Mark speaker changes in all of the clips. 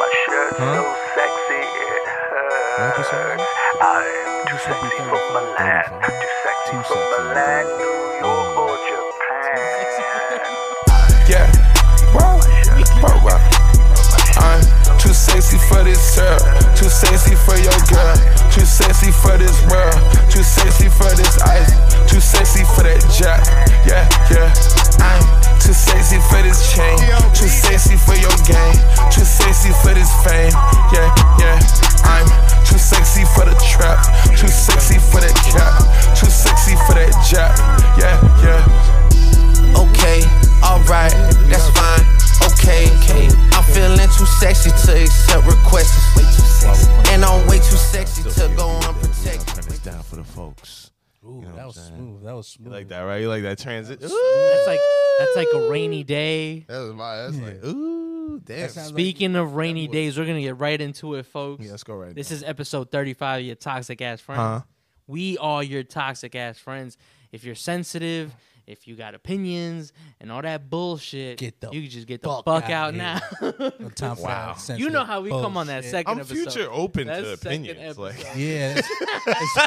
Speaker 1: Huh?
Speaker 2: so sexy it
Speaker 1: Like this
Speaker 2: hurts.
Speaker 1: one?
Speaker 2: I'm too
Speaker 1: This should be
Speaker 2: sexy
Speaker 1: thirty
Speaker 2: for
Speaker 1: five
Speaker 2: Milan,
Speaker 1: dollars, huh?
Speaker 2: too sexy
Speaker 1: Too
Speaker 2: for
Speaker 1: sexy.
Speaker 2: Milan, New York or Japan.
Speaker 3: Yeah, wow, wow, wow. I'm too sexy for this sir, too sexy for your girl, too sexy for this world, too sexy for this ice, too sexy for that jack. Yeah, yeah. I'm too sexy for this chain, too sexy for your game, too sexy for this fame. Yeah, yeah. I'm too sexy for the trap, too sexy for that cap, too sexy for that jack. Yeah, yeah.
Speaker 4: Okay, alright, that's fine. Okay, I'm feeling too sexy to accept requests. And I'm way too sexy to go unprotected.
Speaker 5: Turn this down for the folks.
Speaker 6: Ooh,
Speaker 5: know what
Speaker 6: that
Speaker 5: I'm
Speaker 6: was
Speaker 5: saying?
Speaker 6: smooth. That was
Speaker 5: You
Speaker 6: smooth.
Speaker 5: like that, right? You like that transit? That's
Speaker 6: That's like that's like a rainy day.
Speaker 5: That was my. That's like ooh, damn.
Speaker 6: That sounds like-
Speaker 1: Speaking of rainy
Speaker 5: would-
Speaker 1: days, we're gonna get right into it, folks.
Speaker 5: yeah, let's go right.
Speaker 1: This
Speaker 5: now.
Speaker 1: is episode 35 of your toxic ass friends.
Speaker 5: Huh?
Speaker 1: We are your toxic ass friends. If you're sensitive, if you got opinions and all that bullshit,
Speaker 6: Get the
Speaker 1: you can just get the
Speaker 6: fuck
Speaker 1: fuck
Speaker 6: out
Speaker 1: out, now.
Speaker 6: On top wow.
Speaker 1: you know how we come on that second
Speaker 5: I'm
Speaker 1: episode.
Speaker 5: future open
Speaker 1: That's
Speaker 5: to
Speaker 1: second
Speaker 5: opinions. Like,
Speaker 1: episode.
Speaker 6: Yeah. that's-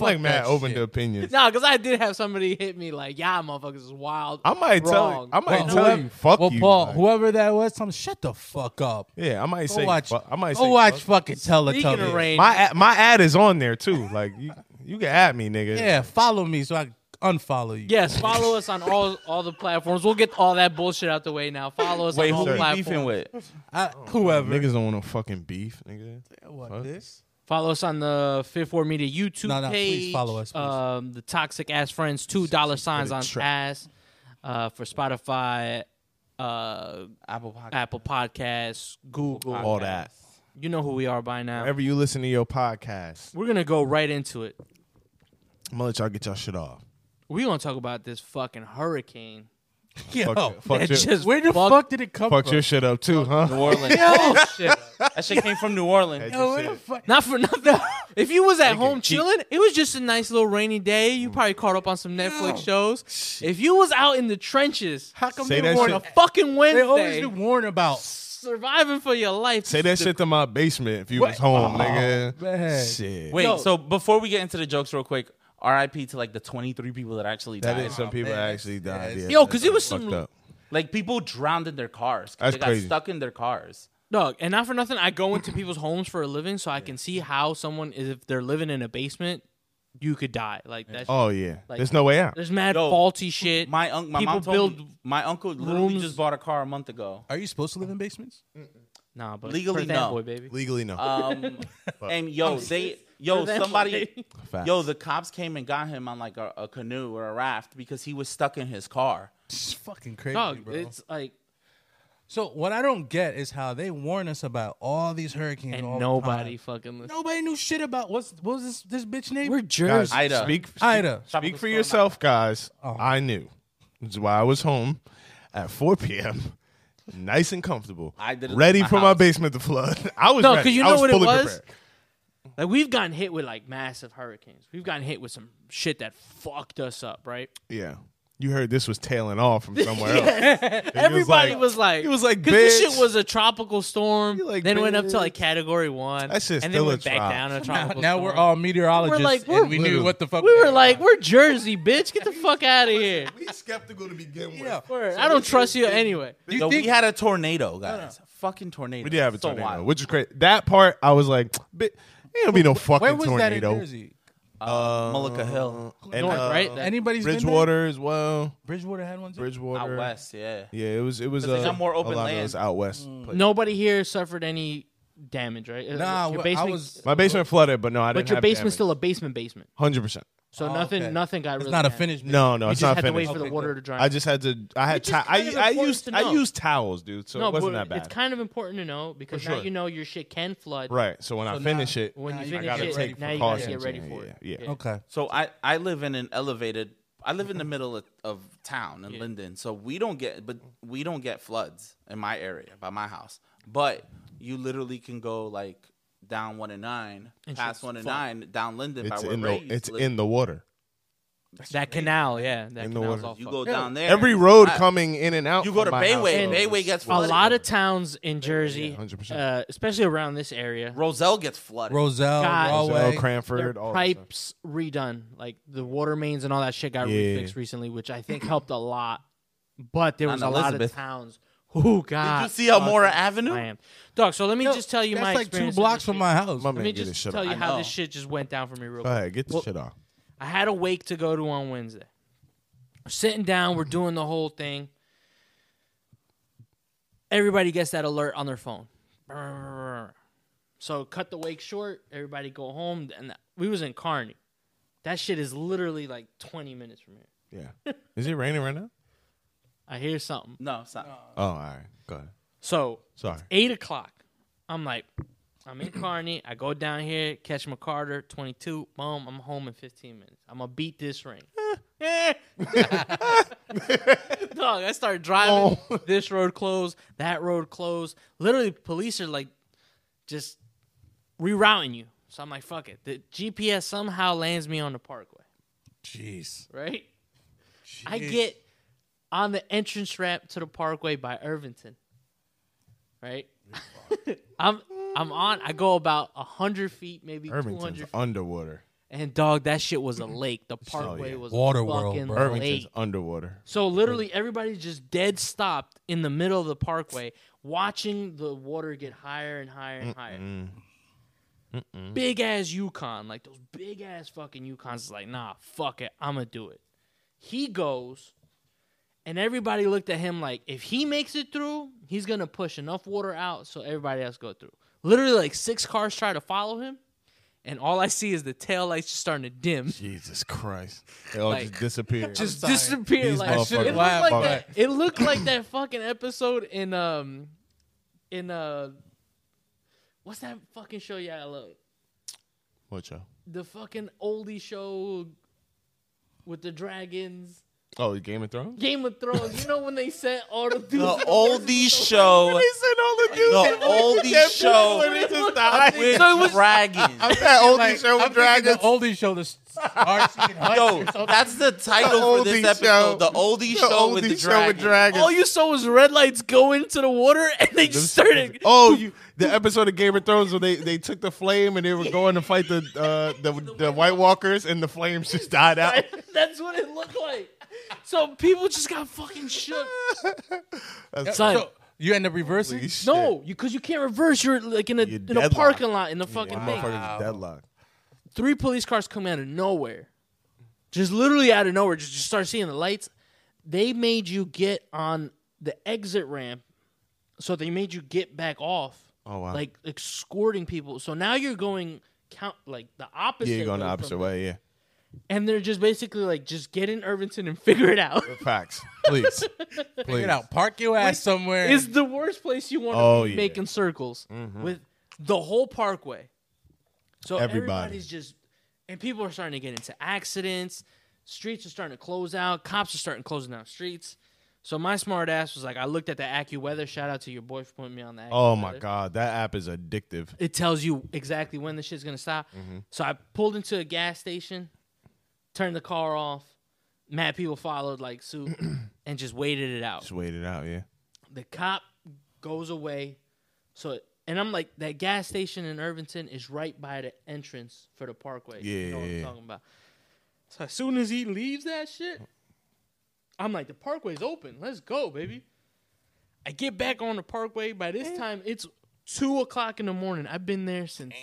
Speaker 5: like man,
Speaker 6: that
Speaker 5: open
Speaker 6: shit.
Speaker 5: to opinions.
Speaker 1: No, because I did have somebody hit me like, "Yeah, motherfuckers is wild."
Speaker 5: I might tell.
Speaker 1: Wrong.
Speaker 5: I might
Speaker 6: Well,
Speaker 5: tell
Speaker 6: whoever-
Speaker 5: you. Fuck
Speaker 6: well,
Speaker 5: you.
Speaker 6: Paul,
Speaker 5: like-
Speaker 6: whoever that was, tell him, shut the fuck up.
Speaker 5: yeah, I might
Speaker 6: Go
Speaker 5: say.
Speaker 6: watch.
Speaker 5: fu- I might
Speaker 6: go
Speaker 5: say.
Speaker 6: watch
Speaker 5: fuck.
Speaker 6: fucking
Speaker 1: Speaking of
Speaker 6: Teletubbies.
Speaker 1: rain,
Speaker 5: My ad, my ad is on there too. Like you, you can add me, nigga.
Speaker 6: Yeah, follow me so I can unfollow you.
Speaker 1: yes, follow us on all all the platforms. We'll get all that bullshit out the way now. Follow us
Speaker 5: Wait,
Speaker 1: on all
Speaker 5: who we
Speaker 1: platforms.
Speaker 5: with?
Speaker 6: I, whoever.
Speaker 5: Niggas don't want no fucking beef, nigga.
Speaker 6: What,
Speaker 5: Oh, Fuck.
Speaker 6: this?
Speaker 1: Follow us on the Fifth Ward Media YouTube
Speaker 6: No, no,
Speaker 1: page.
Speaker 6: please follow us, please.
Speaker 1: Um, the Toxic Ass Friends, two dollar signs on
Speaker 6: trap.
Speaker 1: ass uh, for Spotify, uh,
Speaker 4: Apple Podcast.
Speaker 1: Apple Podcasts, Google.
Speaker 5: All that.
Speaker 1: You know who we are by now.
Speaker 5: Whenever you listen to your podcast,
Speaker 1: We're gonna go right into it.
Speaker 5: I'm gonna let y'all get y'all shit off.
Speaker 1: We're gonna talk about this fucking hurricane.
Speaker 6: Yo,
Speaker 5: Fuck, fuck,
Speaker 1: That
Speaker 5: your,
Speaker 1: just
Speaker 6: where the
Speaker 1: fucked
Speaker 6: fuck, did it come
Speaker 5: fuck
Speaker 6: from?
Speaker 5: your shit up too, huh?
Speaker 7: New Orleans.
Speaker 1: Oh, shit.
Speaker 7: That shit came from New Orleans.
Speaker 6: Yo, where the fuck?
Speaker 1: Not for nothing. If you was at home chilling, it was just a nice little rainy day. You probably caught up on some Netflix shows. If you was out in the trenches,
Speaker 6: How come
Speaker 5: Say
Speaker 6: they
Speaker 5: that
Speaker 6: warn
Speaker 5: shit.
Speaker 6: a-
Speaker 1: fucking
Speaker 6: They always
Speaker 1: Wednesday,
Speaker 6: been warned about.
Speaker 1: surviving for your life.
Speaker 5: Say that shit to my basement if you was home, nigga.
Speaker 6: Oh, man.
Speaker 5: Shit.
Speaker 7: Wait,
Speaker 1: Yo.
Speaker 7: so before we get into the jokes, real quick, RIP to like the 23 people that actually
Speaker 5: That
Speaker 7: died.
Speaker 5: is some people
Speaker 6: man.
Speaker 5: actually died. Yeah,
Speaker 1: Yo, 'cause
Speaker 5: that's
Speaker 1: it was some-
Speaker 5: fucked up.
Speaker 7: Like people drowned in their cars. 'cause
Speaker 5: That's
Speaker 7: they got
Speaker 5: crazy.
Speaker 7: stuck in their cars.
Speaker 1: Dog, and not for nothing, I go into people's homes for a living so I can see how someone is if they're living in a basement, you could die. Like that's
Speaker 5: Oh yeah,
Speaker 1: Like-
Speaker 5: there's no way out.
Speaker 1: there's mad
Speaker 7: Yo,
Speaker 1: faulty shit.
Speaker 7: My uncle, my
Speaker 1: People
Speaker 7: mom told
Speaker 1: build
Speaker 7: me, my uncle literally
Speaker 1: rooms-
Speaker 7: just bought a car a month ago.
Speaker 6: Are you supposed to live in basements?
Speaker 1: nah, but
Speaker 7: legally,
Speaker 1: for that
Speaker 7: no.
Speaker 1: boy, baby.
Speaker 5: Legally no.
Speaker 7: Um, and yo, they, yo,
Speaker 1: For that
Speaker 7: somebody,
Speaker 5: Facts.
Speaker 7: yo, the cops came and got him on like a, a canoe or a raft because he was stuck in his car.
Speaker 6: It's fucking crazy,
Speaker 1: Dog,
Speaker 6: bro.
Speaker 1: it's like
Speaker 6: So what I don't get is how they warn us about all these hurricanes all
Speaker 1: and
Speaker 6: the
Speaker 1: nobody
Speaker 6: time.
Speaker 1: fucking listens.
Speaker 6: nobody knew shit about what's what was this this bitch name?
Speaker 1: We're
Speaker 5: Guys,
Speaker 1: jerks.
Speaker 7: Ida.
Speaker 5: Speak,
Speaker 6: Ida.
Speaker 5: speak
Speaker 7: Tropical
Speaker 5: for
Speaker 7: storm
Speaker 5: yourself, guys. I knew. That's why I was home at 4 p.m. Nice and comfortable.
Speaker 7: I did it
Speaker 5: ready
Speaker 7: at my
Speaker 5: for my
Speaker 7: house.
Speaker 5: basement to flood. I was
Speaker 1: No,
Speaker 5: ready.
Speaker 1: because you
Speaker 5: I
Speaker 1: know what it
Speaker 5: fully
Speaker 1: was.
Speaker 5: prepared.
Speaker 1: Like we've gotten hit with like massive hurricanes. We've gotten hit with some shit that fucked us up, right?
Speaker 5: Yeah, you heard this was tailing off from somewhere else.
Speaker 1: Everybody
Speaker 5: like-
Speaker 1: was like,
Speaker 5: he was like,
Speaker 1: 'cause this
Speaker 5: "Bitch."
Speaker 1: shit was a tropical storm.
Speaker 5: He like,
Speaker 1: then went up to like
Speaker 5: "Bitch."
Speaker 1: category one.
Speaker 5: That shit's
Speaker 1: and then
Speaker 5: still a
Speaker 1: went back
Speaker 5: trop.
Speaker 1: down to
Speaker 6: now,
Speaker 1: tropical.
Speaker 6: now
Speaker 1: storm.
Speaker 6: we're all meteorologists
Speaker 1: We're like, we're-
Speaker 6: and we knew what the fuck
Speaker 1: We were like, we're Jersey, bitch. Get the fuck out of here.
Speaker 5: We skeptical to begin with.
Speaker 6: Yeah.
Speaker 1: Word. I don't trust you anyway.
Speaker 6: Do you
Speaker 7: Yo,
Speaker 6: think
Speaker 7: we had a tornado, guys. Fucking tornado.
Speaker 5: We did have a
Speaker 7: So
Speaker 5: tornado,
Speaker 7: wild.
Speaker 5: which is crazy. That part, I was like, "Bit, ain't gonna be no fucking
Speaker 6: where was
Speaker 5: tornado."
Speaker 6: that in Jersey?
Speaker 7: Uh, Mullica Hill.
Speaker 5: And, uh,
Speaker 1: North, right? That-
Speaker 6: Anybody's been there?
Speaker 5: Bridgewater as well.
Speaker 6: Bridgewater had one too.
Speaker 5: Bridgewater
Speaker 7: Out west, yeah.
Speaker 5: Yeah, it was. It was.
Speaker 7: 'Cause they
Speaker 5: Uh,
Speaker 7: got more open
Speaker 5: a lot
Speaker 7: land.
Speaker 5: of those out west. places.
Speaker 1: Nobody here suffered any damage, right? Uh,
Speaker 6: Nah,
Speaker 1: your
Speaker 6: well,
Speaker 1: basement,
Speaker 6: I was.
Speaker 5: My basement flooded, but no, I didn't.
Speaker 1: but your
Speaker 5: have
Speaker 1: basement's
Speaker 5: damage.
Speaker 1: still a basement basement.
Speaker 5: Hundred percent.
Speaker 1: So
Speaker 6: Oh,
Speaker 1: nothing,
Speaker 6: okay.
Speaker 1: nothing got
Speaker 6: It's
Speaker 1: really.
Speaker 6: not a
Speaker 1: bad.
Speaker 6: finished.
Speaker 5: No, no,
Speaker 1: You
Speaker 5: it's
Speaker 1: just
Speaker 5: not
Speaker 1: had to wait
Speaker 5: finished.
Speaker 1: for the
Speaker 6: Okay,
Speaker 1: water
Speaker 6: cool.
Speaker 1: to dry.
Speaker 5: I just had to. I had.
Speaker 1: Which is
Speaker 5: Ti-
Speaker 1: kind of
Speaker 5: I, I
Speaker 1: important
Speaker 5: used.
Speaker 1: to know.
Speaker 5: I used towels, dude. So
Speaker 1: no,
Speaker 5: it wasn't
Speaker 1: but
Speaker 5: that bad.
Speaker 1: It's kind of important to know because
Speaker 5: For
Speaker 1: now
Speaker 5: sure.
Speaker 1: you know your shit can flood.
Speaker 5: right. So when I
Speaker 6: now-
Speaker 5: finish it,
Speaker 1: When
Speaker 6: Now
Speaker 1: you
Speaker 6: you
Speaker 1: finish
Speaker 5: gotta
Speaker 1: it,
Speaker 5: take
Speaker 1: now you gotta Oh, get
Speaker 5: precautions.
Speaker 1: ready
Speaker 5: Yeah,
Speaker 1: for
Speaker 5: yeah,
Speaker 1: it.
Speaker 5: yeah.
Speaker 6: Okay.
Speaker 7: So I, I live in an elevated. I live in the middle of, of town in Linden, so we don't get but we don't get floods in my area by my house. But you literally can go like down one and nine,
Speaker 1: And
Speaker 7: past
Speaker 1: shit's
Speaker 7: one and
Speaker 1: fucked.
Speaker 7: nine, down Linden by
Speaker 5: it's
Speaker 7: where
Speaker 5: in
Speaker 7: Ray
Speaker 5: the.
Speaker 7: used
Speaker 5: It's
Speaker 7: to live.
Speaker 5: in the water.
Speaker 1: that canal, yeah, that
Speaker 5: In the
Speaker 1: canal's
Speaker 5: water.
Speaker 1: all
Speaker 7: You
Speaker 1: fucked.
Speaker 7: go down there.
Speaker 5: Every road
Speaker 7: I-
Speaker 5: coming in and out.
Speaker 7: You go to
Speaker 5: from my house
Speaker 7: Bayway.
Speaker 5: goes-
Speaker 7: Bayway gets
Speaker 1: a
Speaker 7: flooded.
Speaker 1: lot of towns in Jersey,
Speaker 5: 100%.
Speaker 1: uh, especially around this area,
Speaker 7: Roselle gets flooded.
Speaker 6: Roselle,
Speaker 1: God.
Speaker 5: Roselle,
Speaker 6: Galway.
Speaker 1: their
Speaker 5: Cranford, all that stuff.
Speaker 1: pipes redone, like the water mains and all that shit got
Speaker 5: Yeah.
Speaker 1: refixed recently, which I think helped a lot. But there
Speaker 7: Not
Speaker 1: was
Speaker 7: in
Speaker 1: a lot of
Speaker 7: Elizabeth.
Speaker 1: towns who got.
Speaker 7: Did you see Elmora
Speaker 1: fucking
Speaker 7: Avenue?
Speaker 1: slammed. dog? So let me just tell you
Speaker 6: That's
Speaker 1: my
Speaker 6: like two
Speaker 1: experience. in
Speaker 6: blocks
Speaker 1: this
Speaker 6: from
Speaker 1: shit.
Speaker 6: my house.
Speaker 5: My
Speaker 1: Let
Speaker 5: man,
Speaker 1: me
Speaker 5: get his
Speaker 1: just
Speaker 5: shit
Speaker 1: tell
Speaker 5: off.
Speaker 1: you
Speaker 7: I
Speaker 1: how
Speaker 7: know.
Speaker 1: this shit just went down for me real
Speaker 5: Go
Speaker 1: quick.
Speaker 5: ahead, get the
Speaker 1: Well-
Speaker 5: shit off.
Speaker 1: I had a wake to go to on Wednesday. We're sitting down, we're doing the whole thing. Everybody gets that alert on their phone. So cut the wake short. Everybody go home. And we was in Kearney. That shit is literally like twenty minutes from here.
Speaker 5: Yeah. Is it raining right now?
Speaker 1: I hear something.
Speaker 7: No, it's not.
Speaker 5: Oh, all right. Go ahead.
Speaker 1: So
Speaker 5: Sorry.
Speaker 1: eight o'clock. I'm like, I'm in Kearney. I go down here, catch McCarter, 22. Boom, I'm home in 15 minutes. I'm gonna beat this rain. Dog, I start driving.
Speaker 5: Oh.
Speaker 1: This road closed. That road closed. Literally, police are like, just rerouting you. So I'm like, fuck it. The GPS somehow lands me on the Parkway
Speaker 6: Jeez.
Speaker 1: right? I get on the entrance ramp to the Parkway by Irvington, right? I'm I'm on. I go about hundred feet, maybe two
Speaker 5: Irvington's
Speaker 1: hundred.
Speaker 5: underwater.
Speaker 1: And dog, that shit was a lake. The Parkway was
Speaker 6: Water
Speaker 1: a
Speaker 6: world,
Speaker 1: fucking
Speaker 6: bro.
Speaker 5: Irvington's
Speaker 1: lake.
Speaker 5: underwater.
Speaker 1: So literally, everybody just dead stopped in the middle of the Parkway, watching the water get higher and higher and higher. Big ass Yukon, like those big ass fucking Yukons, is like, nah, fuck it, I'm gonna do it he goes and everybody looked at him like if he makes it through he's gonna push enough water out so everybody else go through literally like six cars try to follow him and all i see is the tail lights just starting to dim
Speaker 5: Jesus Christ. It all
Speaker 1: Like-
Speaker 5: just disappeared.
Speaker 1: just
Speaker 6: sorry.
Speaker 1: disappear
Speaker 5: These
Speaker 1: like,
Speaker 5: motherfuckers
Speaker 1: it, looked
Speaker 6: laugh,
Speaker 1: like
Speaker 5: but-
Speaker 1: that, it looked like that fucking episode in um in uh what's that fucking show yeah i love
Speaker 5: what, y'all?
Speaker 1: the fucking oldie show with the dragons
Speaker 5: Oh, Game of Thrones?
Speaker 1: Game of Thrones, you know when they said all the dudes
Speaker 7: The oldies show.
Speaker 5: said all the
Speaker 7: The oldies show with
Speaker 1: So it was-
Speaker 7: dragons.
Speaker 5: That oldie
Speaker 6: I'm
Speaker 5: show with
Speaker 6: thinking the
Speaker 5: dragons.
Speaker 6: oldie show. The s- Art Seeking Hutch
Speaker 7: Yo,
Speaker 6: or something.
Speaker 7: that's the
Speaker 5: The
Speaker 7: title for this
Speaker 5: oldie show.
Speaker 7: episode. The oldie show with the
Speaker 5: oldie show with
Speaker 7: dragons.
Speaker 5: dragons.
Speaker 1: All you saw was red lights go into the water, and they just started.
Speaker 5: Oh, you the episode of Game of Thrones where they, they took the flame and they were going to fight the uh, the, the White Walkers and the flames just died out.
Speaker 1: That's what it looked like. So people just got fucking shook.
Speaker 5: That's
Speaker 1: Son,
Speaker 6: So you end up reversing.
Speaker 5: Holy shit.
Speaker 1: no, because you can't reverse. You're like in a
Speaker 5: You're
Speaker 1: in a
Speaker 5: deadlocked.
Speaker 1: parking lot in the fucking
Speaker 5: That
Speaker 1: thing.
Speaker 5: motherfucker's deadlocked.
Speaker 1: Three police cars come out of nowhere, just literally out of nowhere. Just, just start seeing the lights. They made you get on the exit ramp, so they made you get back off.
Speaker 5: Oh, wow.
Speaker 1: Like escorting people. So now you're going count like the opposite.
Speaker 5: Yeah, you're going the
Speaker 1: way from
Speaker 5: opposite way. Yeah,
Speaker 1: and they're just basically like, just get in Irvington and figure it out.
Speaker 5: facts. Please, please.
Speaker 6: Get out. Park your ass somewhere.
Speaker 1: it's the worst place you want to
Speaker 5: Oh,
Speaker 1: be
Speaker 5: yeah. Mm-hmm.
Speaker 1: making circles with the whole Parkway. So
Speaker 5: Everybody.
Speaker 1: everybody's just, and people are starting to get into accidents. Streets are starting to close out. Cops are starting closing down streets. So my smart ass was like, I looked at the AccuWeather. Shout out to your boy for putting me on that.
Speaker 5: Oh my god, that app is addictive.
Speaker 1: it tells you exactly when the shit's gonna stop.
Speaker 5: Mm-hmm.
Speaker 1: So I pulled into a gas station, turned the car off. Mad people followed like suit and just waited it out.
Speaker 5: Just wait it out. Yeah,
Speaker 1: The cop goes away. So and I'm like, that gas station in Irvington is right by the entrance for the parkway. You know what
Speaker 5: Yeah.
Speaker 1: I'm talking about. So as soon as he leaves that shit, I'm like, the parkway's open. Let's go, baby. I get back on the parkway. By this time, it's two o'clock in the morning. I've been there since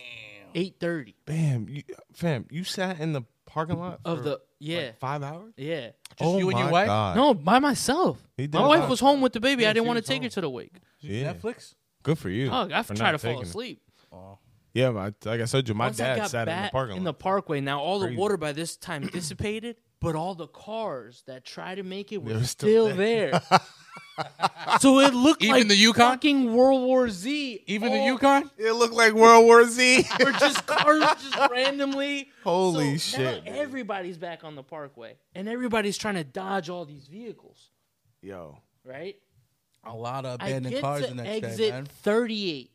Speaker 1: eight thirty
Speaker 5: bam, you, fam, you sat in the parking lot
Speaker 1: of
Speaker 5: for,
Speaker 1: the yeah
Speaker 5: like, five hours.
Speaker 1: yeah.
Speaker 5: oh
Speaker 6: you and
Speaker 5: my
Speaker 6: your wife?
Speaker 5: God.
Speaker 1: No, by myself.
Speaker 5: He did
Speaker 1: My wife
Speaker 5: not.
Speaker 1: was home with the baby. I
Speaker 6: she
Speaker 1: didn't want to
Speaker 6: was
Speaker 1: take her
Speaker 6: home.
Speaker 1: to the wake.
Speaker 5: yeah,
Speaker 6: Netflix.
Speaker 5: good for you.
Speaker 1: Dog, I
Speaker 5: for
Speaker 1: tried to
Speaker 5: not
Speaker 1: fall
Speaker 5: taking it.
Speaker 1: asleep.
Speaker 5: Yeah, my, like I said, you, my
Speaker 1: Once I
Speaker 5: dad
Speaker 1: got
Speaker 5: sat in the
Speaker 1: back
Speaker 5: parking lot.
Speaker 1: parkway, now all the
Speaker 5: Crazy.
Speaker 1: water by this time dissipated, but all the cars that tried to make it were
Speaker 5: They were
Speaker 1: still,
Speaker 5: still
Speaker 1: there. so it looked
Speaker 6: Even
Speaker 1: like
Speaker 6: the Yukon?
Speaker 1: fucking World War Z.
Speaker 6: Even the
Speaker 1: All-
Speaker 6: Yukon.
Speaker 5: it looked like World War Z.
Speaker 1: or just cars just randomly.
Speaker 5: Holy
Speaker 1: So
Speaker 5: shit!
Speaker 1: Now everybody's back on the parkway, and everybody's trying to dodge all these vehicles,
Speaker 5: Yo,
Speaker 1: right?
Speaker 6: A lot of
Speaker 1: I
Speaker 6: abandoned
Speaker 1: get
Speaker 6: cars
Speaker 1: to
Speaker 6: the next
Speaker 1: exit
Speaker 6: day, man.
Speaker 1: 38.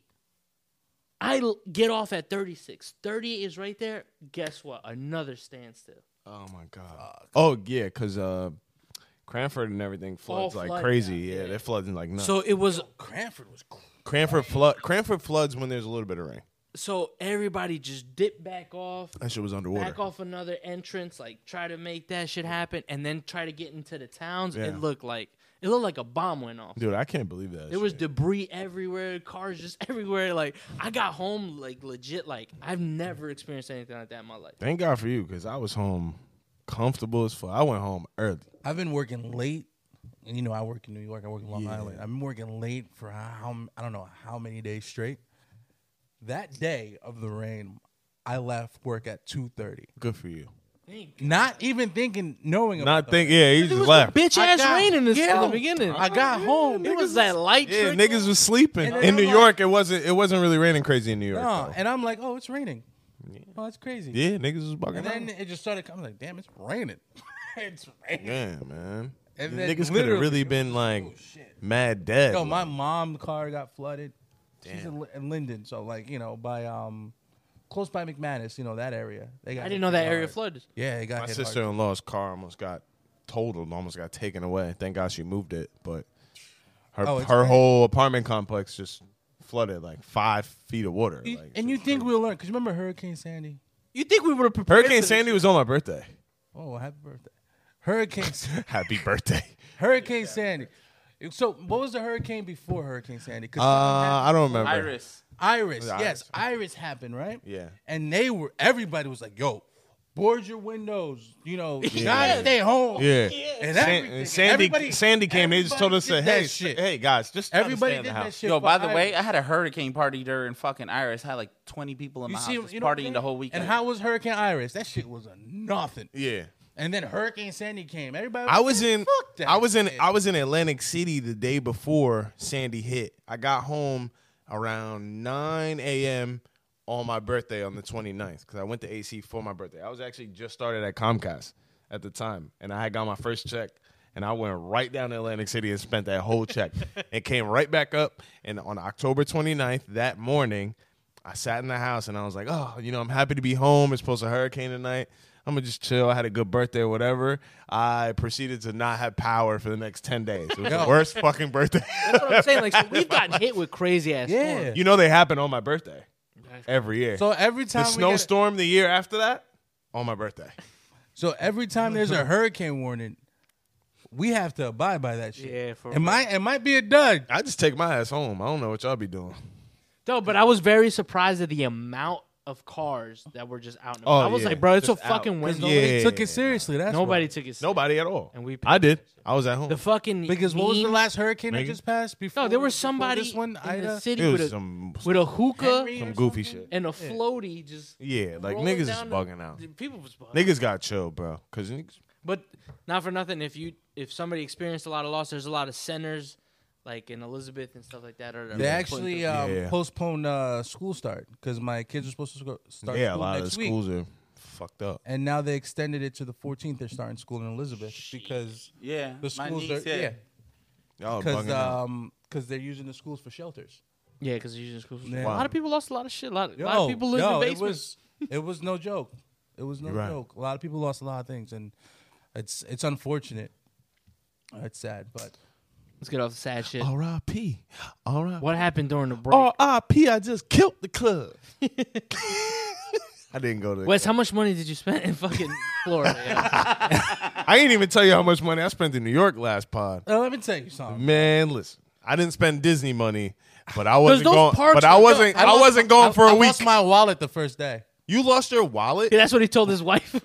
Speaker 1: I l- get off at 36. 38 is right there. Guess what? Another standstill.
Speaker 5: Oh my god. Oh yeah, because uh, Cranford and everything floods like
Speaker 1: flood,
Speaker 5: crazy. Yeah, they're flooding like nuts.
Speaker 1: So it was
Speaker 6: Cranford was cool.
Speaker 5: Cranford flood. Cranford floods when there's a little bit of rain.
Speaker 1: so everybody just dipped back off,
Speaker 5: That shit was underwater.
Speaker 1: back off another entrance, like try to make that shit happen, and then try to get into the towns.
Speaker 5: Yeah.
Speaker 1: It looked like it looked like a bomb went off.
Speaker 5: Dude, I can't believe that.
Speaker 1: There was
Speaker 5: shit.
Speaker 1: debris everywhere, cars just everywhere. Like I got home like legit. Like I've never experienced anything like that in my life.
Speaker 5: Thank God for you, because I was home comfortable as fuck. I went home early.
Speaker 6: I've been working late. You know, I work in New York. I work in Long Island. I've been working late for how I don't know how many days straight. That day of the rain, I left work at two thirty.
Speaker 5: Good for you.
Speaker 6: Not even thinking, knowing
Speaker 5: Not
Speaker 6: about the
Speaker 5: think, yeah, he
Speaker 1: There
Speaker 5: just
Speaker 1: was
Speaker 5: left.
Speaker 1: bitch ass
Speaker 6: got-
Speaker 1: rain in, this, in
Speaker 6: Yo,
Speaker 1: the beginning.
Speaker 6: I got home.
Speaker 1: It was that light
Speaker 5: Yeah,
Speaker 1: trickle.
Speaker 5: niggas was sleeping
Speaker 6: then
Speaker 5: in
Speaker 6: I'm
Speaker 5: New
Speaker 6: like-
Speaker 5: York. It wasn't. It wasn't really raining crazy in New York.
Speaker 6: No,
Speaker 5: though.
Speaker 6: and I'm like, oh, it's raining. Oh, that's crazy.
Speaker 5: yeah, niggas was bugging.
Speaker 6: And then
Speaker 5: out.
Speaker 6: it just started coming like, damn, it's raining. it's raining.
Speaker 5: Yeah, man.
Speaker 6: And
Speaker 5: These
Speaker 6: then
Speaker 5: niggas could have
Speaker 6: literally- oh,
Speaker 5: really been like mad dead.
Speaker 6: Yo, my mom's car got flooded. She's in, Li- in Linden, so like you know, by um, close by McManus, you know that area. They got
Speaker 1: I
Speaker 6: hit
Speaker 1: didn't know that
Speaker 6: hard.
Speaker 1: area flooded.
Speaker 6: Yeah, it got
Speaker 5: My
Speaker 6: hit
Speaker 5: sister
Speaker 6: hard.
Speaker 5: in law's car almost got totaled, almost got taken away. Thank God she moved it, but her
Speaker 6: Oh, it's
Speaker 5: her
Speaker 6: great.
Speaker 5: whole apartment complex just flooded like five feet of water.
Speaker 6: You-
Speaker 5: like,
Speaker 6: and you think we'll learn? Cause you remember Hurricane Sandy?
Speaker 1: You think we would have prepared?
Speaker 5: Hurricane
Speaker 1: for this?
Speaker 5: Sandy was on my birthday.
Speaker 6: Oh, happy birthday, Hurricane Sa-
Speaker 5: Happy birthday.
Speaker 6: Hurricane Sandy. So what was the hurricane before Hurricane Sandy? Cause
Speaker 5: Uh, I don't remember.
Speaker 7: Iris.
Speaker 6: Iris,
Speaker 5: Iris.
Speaker 6: yes, Iris happened, right?
Speaker 5: Yeah.
Speaker 6: And they were everybody was like, "Yo, board your windows, you know, yeah.
Speaker 5: Yeah.
Speaker 6: stay home."
Speaker 5: Yeah.
Speaker 6: And
Speaker 5: San-
Speaker 6: everything.
Speaker 5: Sandy
Speaker 6: Everybody-
Speaker 5: Sandy came. They just told us,
Speaker 6: everybody
Speaker 5: that,
Speaker 6: did
Speaker 5: "Hey,
Speaker 6: that shit.
Speaker 5: hey guys, just
Speaker 6: Everybody
Speaker 5: understand
Speaker 6: did
Speaker 5: the
Speaker 6: that
Speaker 5: house."
Speaker 6: shit.
Speaker 7: Yo,
Speaker 6: for
Speaker 7: by the
Speaker 6: Iris.
Speaker 7: way, I had a hurricane party during fucking Iris. I had like 20 people in
Speaker 6: You
Speaker 7: my
Speaker 6: see,
Speaker 7: house
Speaker 6: you
Speaker 7: just
Speaker 6: know what I'm
Speaker 7: partying
Speaker 6: saying?
Speaker 7: the whole weekend.
Speaker 6: And how was Hurricane Iris? That shit was a nothing.
Speaker 5: Yeah.
Speaker 6: And then Hurricane Sandy came. Everybody,
Speaker 5: I was
Speaker 6: "Man,
Speaker 5: in
Speaker 6: Fuck that
Speaker 5: I was in
Speaker 6: shit."
Speaker 5: I was in Atlantic City the day before Sandy hit. I got home around 9 a.m. on my birthday on the 29th because I went to AC for my birthday. I was actually just started at Comcast at the time, and I had got my first check. And I went right down to Atlantic City and spent that whole check. and came right back up. And on October 29th, that morning, I sat in the house and I was like, oh, you know, I'm happy to be home. It's supposed to hurricane tonight. I'm gonna just chill. I had a good birthday or whatever. I proceeded to not have power for the next ten days. It was the worst fucking birthday.
Speaker 1: That's what I'm saying. Like so we've gotten hit with crazy ass.
Speaker 6: Yeah.
Speaker 1: storms.
Speaker 5: you know they happen on my birthday every year.
Speaker 6: So every time
Speaker 5: the
Speaker 6: we get a-
Speaker 5: snowstorm the year after that on my birthday.
Speaker 6: so every time there's a hurricane warning, we have to abide by that shit.
Speaker 1: Yeah, for
Speaker 6: it
Speaker 1: real.
Speaker 6: might it might be a dud.
Speaker 5: I just take my ass home. I don't know what y'all be doing.
Speaker 1: No, but I was very surprised at the amount of cars that were just out. And about.
Speaker 5: Oh,
Speaker 1: I was
Speaker 5: yeah.
Speaker 1: like, bro, it's
Speaker 5: Just
Speaker 1: a
Speaker 5: out.
Speaker 1: fucking window.
Speaker 6: Nobody
Speaker 5: Yeah.
Speaker 6: took it seriously. That's
Speaker 1: Nobody
Speaker 6: why.
Speaker 1: took it. serious.
Speaker 5: Nobody at all.
Speaker 1: And we-
Speaker 5: I did. I was at home.
Speaker 1: The fucking
Speaker 6: because what was the
Speaker 1: meme-
Speaker 6: last hurricane that
Speaker 5: Megan?
Speaker 6: just passed? Before
Speaker 1: No, there was
Speaker 6: before
Speaker 1: somebody
Speaker 6: This one,
Speaker 1: in the
Speaker 6: Ida.
Speaker 1: city
Speaker 5: it
Speaker 1: with
Speaker 5: was
Speaker 1: a,
Speaker 5: some
Speaker 1: with a hookah
Speaker 6: Henry
Speaker 5: some goofy shit.
Speaker 1: and a floaty. Just
Speaker 5: Yeah, like
Speaker 1: rolling
Speaker 5: niggas is
Speaker 1: down the-
Speaker 5: bugging out.
Speaker 1: the People was bugging.
Speaker 5: Niggas got chill, bro. Cause niggas,
Speaker 1: But not for nothing. If you if somebody experienced a lot of loss, there's a lot of centers like in Elizabeth and stuff like that. Or
Speaker 6: They actually um,
Speaker 5: Yeah.
Speaker 6: postponed uh, school start because my kids were supposed to sco- start
Speaker 5: yeah, a
Speaker 6: school
Speaker 5: lot of the
Speaker 6: next week.
Speaker 5: schools are fucked up.
Speaker 6: and now they extended it to the 14th. They're starting school in Elizabeth because
Speaker 7: yeah,
Speaker 6: the
Speaker 7: my
Speaker 6: schools
Speaker 7: niece,
Speaker 6: are yeah
Speaker 5: Y'all are
Speaker 6: because
Speaker 5: bugging out.
Speaker 6: they're using the schools for shelters.
Speaker 1: yeah, because using school.
Speaker 6: Yeah.
Speaker 1: A lot of people lost a lot of shit. A lot, a lot of people live in
Speaker 6: it
Speaker 1: basements.
Speaker 6: was it was no joke. It was no
Speaker 5: You're right.
Speaker 6: joke. A lot of people lost a lot of things, and it's it's unfortunate. Uh, It's sad, but
Speaker 1: Let's get off the sad shit.
Speaker 5: R.I.P. R.I.P.
Speaker 1: What happened during the
Speaker 5: Oh,
Speaker 1: break?
Speaker 5: R.I.P. I just killed the club. I didn't go to. The
Speaker 1: Wes,
Speaker 5: club.
Speaker 1: how much money did you spend in fucking Florida? yeah?
Speaker 5: I ain't even tell you how much money I spent in New York last pod.
Speaker 6: uh, let me tell you something.
Speaker 5: Man, listen, I didn't spend Disney money, but I
Speaker 1: Because
Speaker 5: wasn't
Speaker 1: those
Speaker 5: going.
Speaker 1: parks
Speaker 5: But I
Speaker 1: were-
Speaker 5: wasn't.
Speaker 1: I
Speaker 5: I,
Speaker 1: lost-
Speaker 5: wasn't going for
Speaker 6: I
Speaker 5: a
Speaker 6: lost
Speaker 5: week.
Speaker 6: my wallet the first day.
Speaker 5: you lost your wallet.
Speaker 1: That's what he told his wife.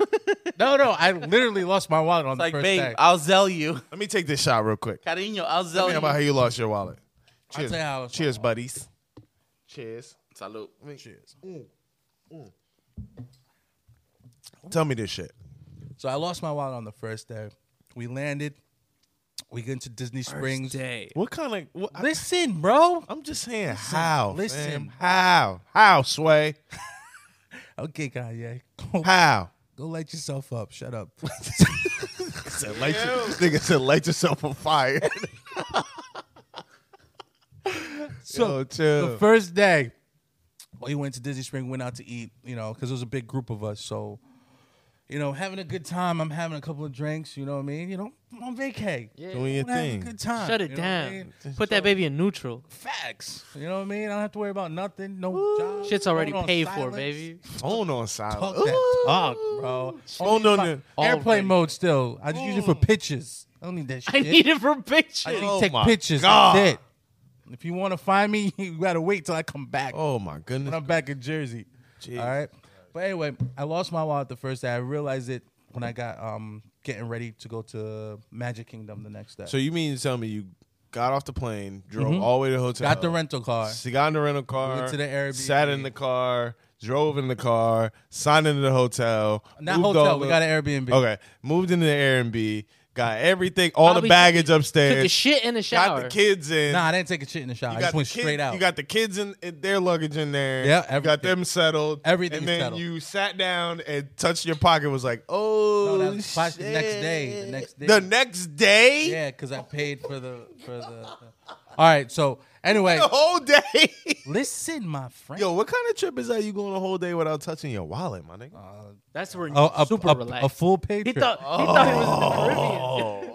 Speaker 6: No, no, I literally lost my wallet on the
Speaker 7: Like,
Speaker 6: first
Speaker 7: babe,
Speaker 6: day.
Speaker 7: I'll sell you.
Speaker 5: Let me take this shot real quick.
Speaker 7: Cariño, I'll
Speaker 5: Tell
Speaker 7: sell
Speaker 5: me
Speaker 7: you.
Speaker 5: about how you lost your wallet.
Speaker 6: I'll
Speaker 5: Cheers,
Speaker 6: tell you how I lost my
Speaker 5: cheers, buddies. Cheers. Mm,
Speaker 7: Salud.
Speaker 5: Cheers. Tell me this shit.
Speaker 6: So I lost my wallet on the first day. We landed. We get into Disney Springs.
Speaker 1: Day.
Speaker 5: What kind of? What, I-
Speaker 6: Listen, bro.
Speaker 5: I'm just saying how.
Speaker 6: listen.
Speaker 5: fam. how? How? Sway?
Speaker 6: Okay, Kanye. Go,
Speaker 5: How?
Speaker 6: go light yourself up. Shut up.
Speaker 5: said, light your, nigga said, light yourself on fire.
Speaker 6: so
Speaker 5: Yo, chill.
Speaker 6: the first day, we went to Disney Spring, went out to eat, you know, because it was a big group of us. So, you know, having a good time. I'm having a couple of drinks. You know what I mean? You know, I'm on vacay.
Speaker 1: Yeah.
Speaker 5: Doing your
Speaker 6: I'm having a
Speaker 5: thing.
Speaker 6: good time.
Speaker 1: Shut it
Speaker 6: you know what I
Speaker 1: down.
Speaker 6: mean?
Speaker 1: Put that baby in neutral.
Speaker 6: Facts. You know what I mean? I don't have to worry about nothing. No job.
Speaker 1: Shit's already
Speaker 6: phone on
Speaker 1: paid for,
Speaker 6: silence.
Speaker 1: baby.
Speaker 5: Phone on silent.
Speaker 6: Talk that talk, bro.
Speaker 5: Oh no, no.
Speaker 6: Airplane
Speaker 1: Already.
Speaker 6: mode still. I just use it for pictures. I don't need that shit.
Speaker 1: I need it for pictures.
Speaker 6: I need to
Speaker 5: Oh
Speaker 6: take
Speaker 5: my
Speaker 6: pictures.
Speaker 5: God.
Speaker 6: That's it. If you want to find me, you gotta wait till I come back.
Speaker 5: Oh my
Speaker 6: when
Speaker 5: goodness.
Speaker 6: I'm back in Jersey. All right. But anyway, I lost my wallet the first day. I realized it when I got um getting ready to go to Magic Kingdom the next day.
Speaker 5: So you mean to tell me you got off the plane, drove all the way to the hotel,
Speaker 6: Mm-hmm. got the rental car.
Speaker 5: So you got in the rental car,
Speaker 6: Went to the Airbnb.
Speaker 5: sat in the car, drove in the car, signed into the hotel.
Speaker 6: Not
Speaker 5: moved
Speaker 6: hotel.
Speaker 5: all
Speaker 6: We
Speaker 5: the-
Speaker 6: got an Airbnb.
Speaker 5: Okay, moved into the Airbnb, got everything, all
Speaker 1: Probably
Speaker 5: the baggage
Speaker 1: took the- Took the
Speaker 5: upstairs,
Speaker 1: shit in the
Speaker 5: got
Speaker 1: shower.
Speaker 5: the kids in.
Speaker 6: Nah, I didn't take a shit in the shower.
Speaker 5: you
Speaker 6: I
Speaker 5: got
Speaker 6: just
Speaker 5: the
Speaker 6: went
Speaker 5: kid-
Speaker 6: straight out.
Speaker 5: You got the kids in, in their luggage in there.
Speaker 6: Yeah,
Speaker 5: you got
Speaker 6: everything.
Speaker 5: them settled.
Speaker 6: Everything
Speaker 5: and then
Speaker 6: settled.
Speaker 5: you sat down and touched your pocket. Was like, oh,
Speaker 6: No, that was probably the next day, the
Speaker 5: shit.
Speaker 6: next day.
Speaker 5: the next day,
Speaker 6: yeah, because I paid for the for the. All right. So anyway,
Speaker 5: the whole day.
Speaker 6: listen, my friend.
Speaker 5: Yo, what kind of trip is that? You going a whole day without touching your wallet, my nigga?
Speaker 1: That's where
Speaker 6: a,
Speaker 1: you're
Speaker 6: a,
Speaker 1: super
Speaker 6: a,
Speaker 1: relaxed.
Speaker 6: a full paid
Speaker 1: he
Speaker 6: trip.
Speaker 1: thought he thought it was in the Caribbean.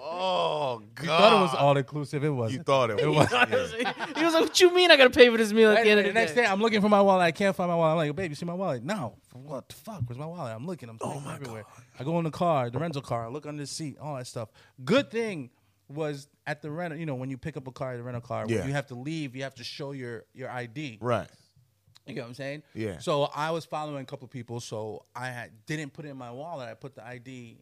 Speaker 5: oh god!
Speaker 6: You thought it was all inclusive. It wasn't.
Speaker 5: You thought it
Speaker 1: He
Speaker 5: was.
Speaker 1: thought it was- he was like, "What you mean? I gotta pay for this meal at the end
Speaker 6: Anyway,
Speaker 1: of
Speaker 6: the
Speaker 1: the,
Speaker 6: next day, I'm looking for my wallet. I can't find my wallet. I'm like, babe, you see my wallet? No. What the fuck? Where's my wallet? I'm looking. I'm oh my everywhere. I go in the car, the rental car. I look under the seat, all that stuff. Good thing was at the rental. You know, when you pick up a car at the rental car,
Speaker 5: Yeah.
Speaker 6: when you have to leave. You have to show your your ID.
Speaker 5: Right.
Speaker 6: You get what I'm saying?
Speaker 5: Yeah.
Speaker 6: So I was following a couple people, so I had, didn't put it in my wallet. I put the ID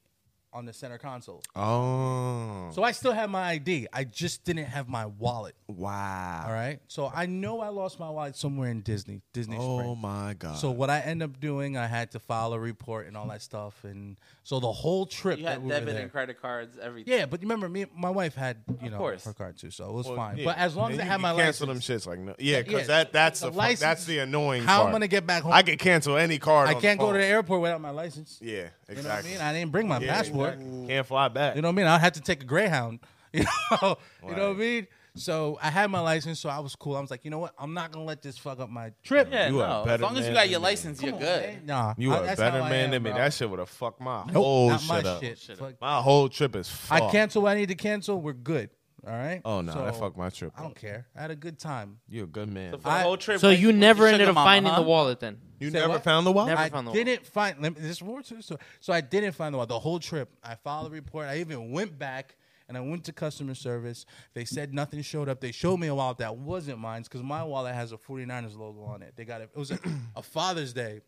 Speaker 6: on the center console.
Speaker 5: Oh
Speaker 6: So I still have my ID. I just didn't have my wallet.
Speaker 5: wow!
Speaker 6: All right. So I know I lost my wallet somewhere in Disney. Disney
Speaker 5: Oh
Speaker 6: Springs.
Speaker 5: my god!
Speaker 6: So what I end up doing, I had to file a report and all that stuff, and so the whole trip
Speaker 7: You
Speaker 6: that
Speaker 7: had
Speaker 6: we were
Speaker 7: debit
Speaker 6: there.
Speaker 7: and credit cards, everything.
Speaker 6: yeah, but remember, me, my wife had you know
Speaker 7: course.
Speaker 6: her card too, so it was
Speaker 5: Well,
Speaker 6: fine.
Speaker 5: yeah.
Speaker 6: But as long as I
Speaker 5: Then you
Speaker 6: had
Speaker 5: can
Speaker 6: my
Speaker 5: cancel
Speaker 6: license,
Speaker 5: them shits like no, yeah, because
Speaker 6: Yeah,
Speaker 5: that that's
Speaker 6: the
Speaker 5: the, fuck,
Speaker 6: license-
Speaker 5: that's the annoying.
Speaker 6: how
Speaker 5: part.
Speaker 6: I'm gonna get back home?
Speaker 5: I can cancel any card.
Speaker 6: I
Speaker 5: on the
Speaker 6: can't go to
Speaker 5: phone.
Speaker 6: the airport without my license.
Speaker 5: Yeah,
Speaker 6: You know what I
Speaker 5: exactly.
Speaker 6: mean? I didn't bring my
Speaker 5: Yeah,
Speaker 6: passport.
Speaker 5: exactly. Can't fly back.
Speaker 6: You know what I mean? I had to take a Greyhound. You know, you know what I
Speaker 5: Right.
Speaker 6: mean? So I had my license, so I was cool. I was like, you know what? I'm not gonna let this fuck up my trip.
Speaker 7: Yeah,
Speaker 5: You are
Speaker 7: no. As
Speaker 5: better
Speaker 7: long as
Speaker 5: man
Speaker 7: you got
Speaker 5: than
Speaker 7: your
Speaker 5: me.
Speaker 7: license, you're
Speaker 6: Come on,
Speaker 7: good.
Speaker 6: man. Nah,
Speaker 5: you
Speaker 6: I-
Speaker 5: are a
Speaker 6: that's
Speaker 5: better
Speaker 6: how I
Speaker 5: man
Speaker 6: am,
Speaker 5: than me.
Speaker 6: bro.
Speaker 5: That shit would have fucked my
Speaker 6: Nope,
Speaker 5: whole
Speaker 6: not
Speaker 5: shit
Speaker 6: my
Speaker 5: up.
Speaker 6: shit. Fuck.
Speaker 5: My whole trip is fucked.
Speaker 6: I cancel what I need to cancel. We're good. All right.
Speaker 5: Oh no, that
Speaker 6: So,
Speaker 5: fucked my trip.
Speaker 6: I don't care. I had a good time.
Speaker 5: You're a good man.
Speaker 7: So for
Speaker 6: I-
Speaker 7: the whole trip.
Speaker 1: So
Speaker 7: like,
Speaker 1: you never
Speaker 7: sugar
Speaker 1: ended up
Speaker 7: mama,
Speaker 1: finding
Speaker 7: huh?
Speaker 1: the wallet then.
Speaker 5: You
Speaker 6: Say
Speaker 5: never
Speaker 6: what?
Speaker 5: found the wallet.
Speaker 1: Never
Speaker 6: I
Speaker 1: found the wallet.
Speaker 6: didn't find. Let me, this is more to the story. So I didn't find the wallet the whole trip. I filed a report. I even went back and I went to customer service. They said nothing showed up. They showed me a wallet that wasn't mine because my wallet has a 49ers logo on it. They got it. It was a, a Father's Day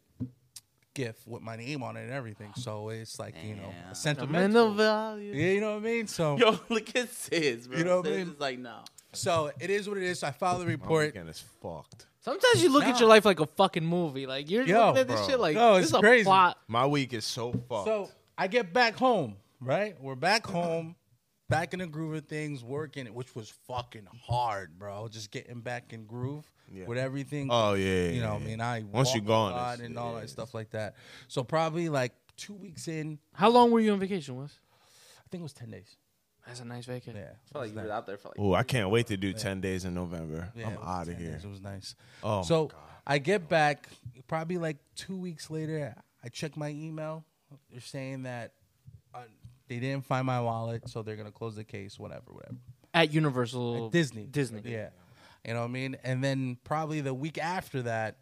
Speaker 6: gift with my name on it and everything. So it's like you know
Speaker 7: Damn.
Speaker 1: Man,
Speaker 6: sentimental.
Speaker 1: the value.
Speaker 6: Yeah, you know what I mean. So
Speaker 7: Yo, look at Sis, bro.
Speaker 6: You know what I
Speaker 7: Sis
Speaker 6: mean?
Speaker 7: is like, no.
Speaker 6: so it is what it is. So I filed the
Speaker 5: My
Speaker 6: report.
Speaker 5: weekend is fucked.
Speaker 1: Sometimes you look at your life like a fucking movie. Like you're
Speaker 6: Yo,
Speaker 1: looking at this
Speaker 5: bro.
Speaker 1: shit like
Speaker 6: Yo,
Speaker 1: this
Speaker 6: it's
Speaker 1: is a
Speaker 6: crazy.
Speaker 1: plot.
Speaker 5: My week is so fucked.
Speaker 6: So I get back home, right? We're back home, back in the groove of things, working, which was fucking hard, bro. Just getting back in groove
Speaker 5: Yeah.
Speaker 6: with everything.
Speaker 5: oh yeah,
Speaker 6: you know,
Speaker 5: yeah,
Speaker 6: I mean, I
Speaker 5: Once you
Speaker 6: walk
Speaker 5: gone,
Speaker 6: a
Speaker 5: it's-
Speaker 6: lot and all
Speaker 5: yeah,
Speaker 6: that
Speaker 5: it's-
Speaker 6: stuff like that. So probably like two weeks in,
Speaker 1: How long were you on vacation, Wes?
Speaker 6: I think it was ten days.
Speaker 1: That's a nice vacation.
Speaker 6: Yeah,
Speaker 7: I felt like you were out there for like.
Speaker 5: Oh, I can't wait to do ten days in November.
Speaker 6: Yeah,
Speaker 5: I'm
Speaker 6: it was
Speaker 5: out of
Speaker 6: 10
Speaker 5: here.
Speaker 6: days. It was nice.
Speaker 5: Oh, my
Speaker 6: so I get back probably like two weeks later. I check my email. They're saying that uh, they didn't find my wallet, so they're gonna close the case. Whatever, whatever.
Speaker 1: At Universal
Speaker 6: At Disney.
Speaker 1: Disney.
Speaker 6: Yeah. You know what I mean? And then probably the week after that,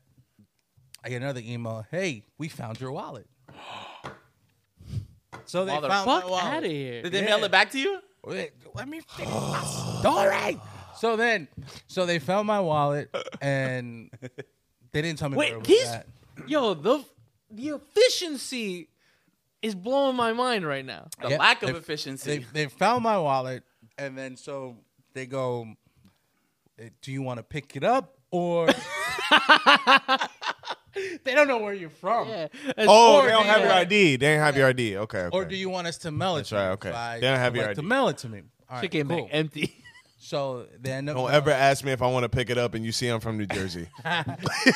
Speaker 6: I get another email. Hey, we found your wallet. So they found my
Speaker 1: Fuck
Speaker 6: wallet.
Speaker 1: out of here.
Speaker 7: Did they mail it back to you?
Speaker 6: Wait, let me finish my story. So then, so they found my wallet and they didn't tell me where it
Speaker 1: Wait,
Speaker 6: was
Speaker 1: these
Speaker 6: at.
Speaker 1: yo, the the efficiency is blowing my mind right now.
Speaker 7: The
Speaker 6: Yeah,
Speaker 7: lack of
Speaker 6: they-
Speaker 7: efficiency.
Speaker 6: They they found my wallet and then so they go, eh, do you want to pick it up or? they don't know where you're from.
Speaker 1: Yeah.
Speaker 5: Oh,
Speaker 1: Or
Speaker 5: they don't
Speaker 1: do
Speaker 5: have
Speaker 1: you-
Speaker 5: your ID. They don't have your ID. Okay. okay.
Speaker 6: Or do you want us to mail it?
Speaker 5: That's
Speaker 6: to
Speaker 5: right,
Speaker 6: you?
Speaker 5: okay.
Speaker 6: So I
Speaker 5: They don't have your
Speaker 6: select to
Speaker 5: ID.
Speaker 6: mail it to me. All
Speaker 1: She
Speaker 6: right,
Speaker 1: came
Speaker 6: cool.
Speaker 1: back empty.
Speaker 6: So they end up.
Speaker 5: Don't ever ask me if I want to pick it up, and you see I'm from New Jersey.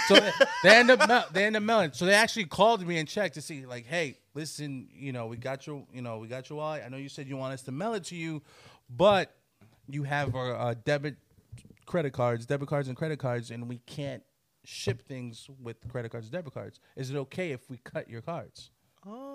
Speaker 6: So they, they end up. Mail, they end up mailing. So they actually called me and checked to see, like, hey, listen, you know, we got your, you know, we got your wallet. I know you said you want us to mail it to you, but you have our uh, debit, credit cards, debit cards, and credit cards, and we can't ship things with credit cards, debit cards. Is it okay if we cut your cards?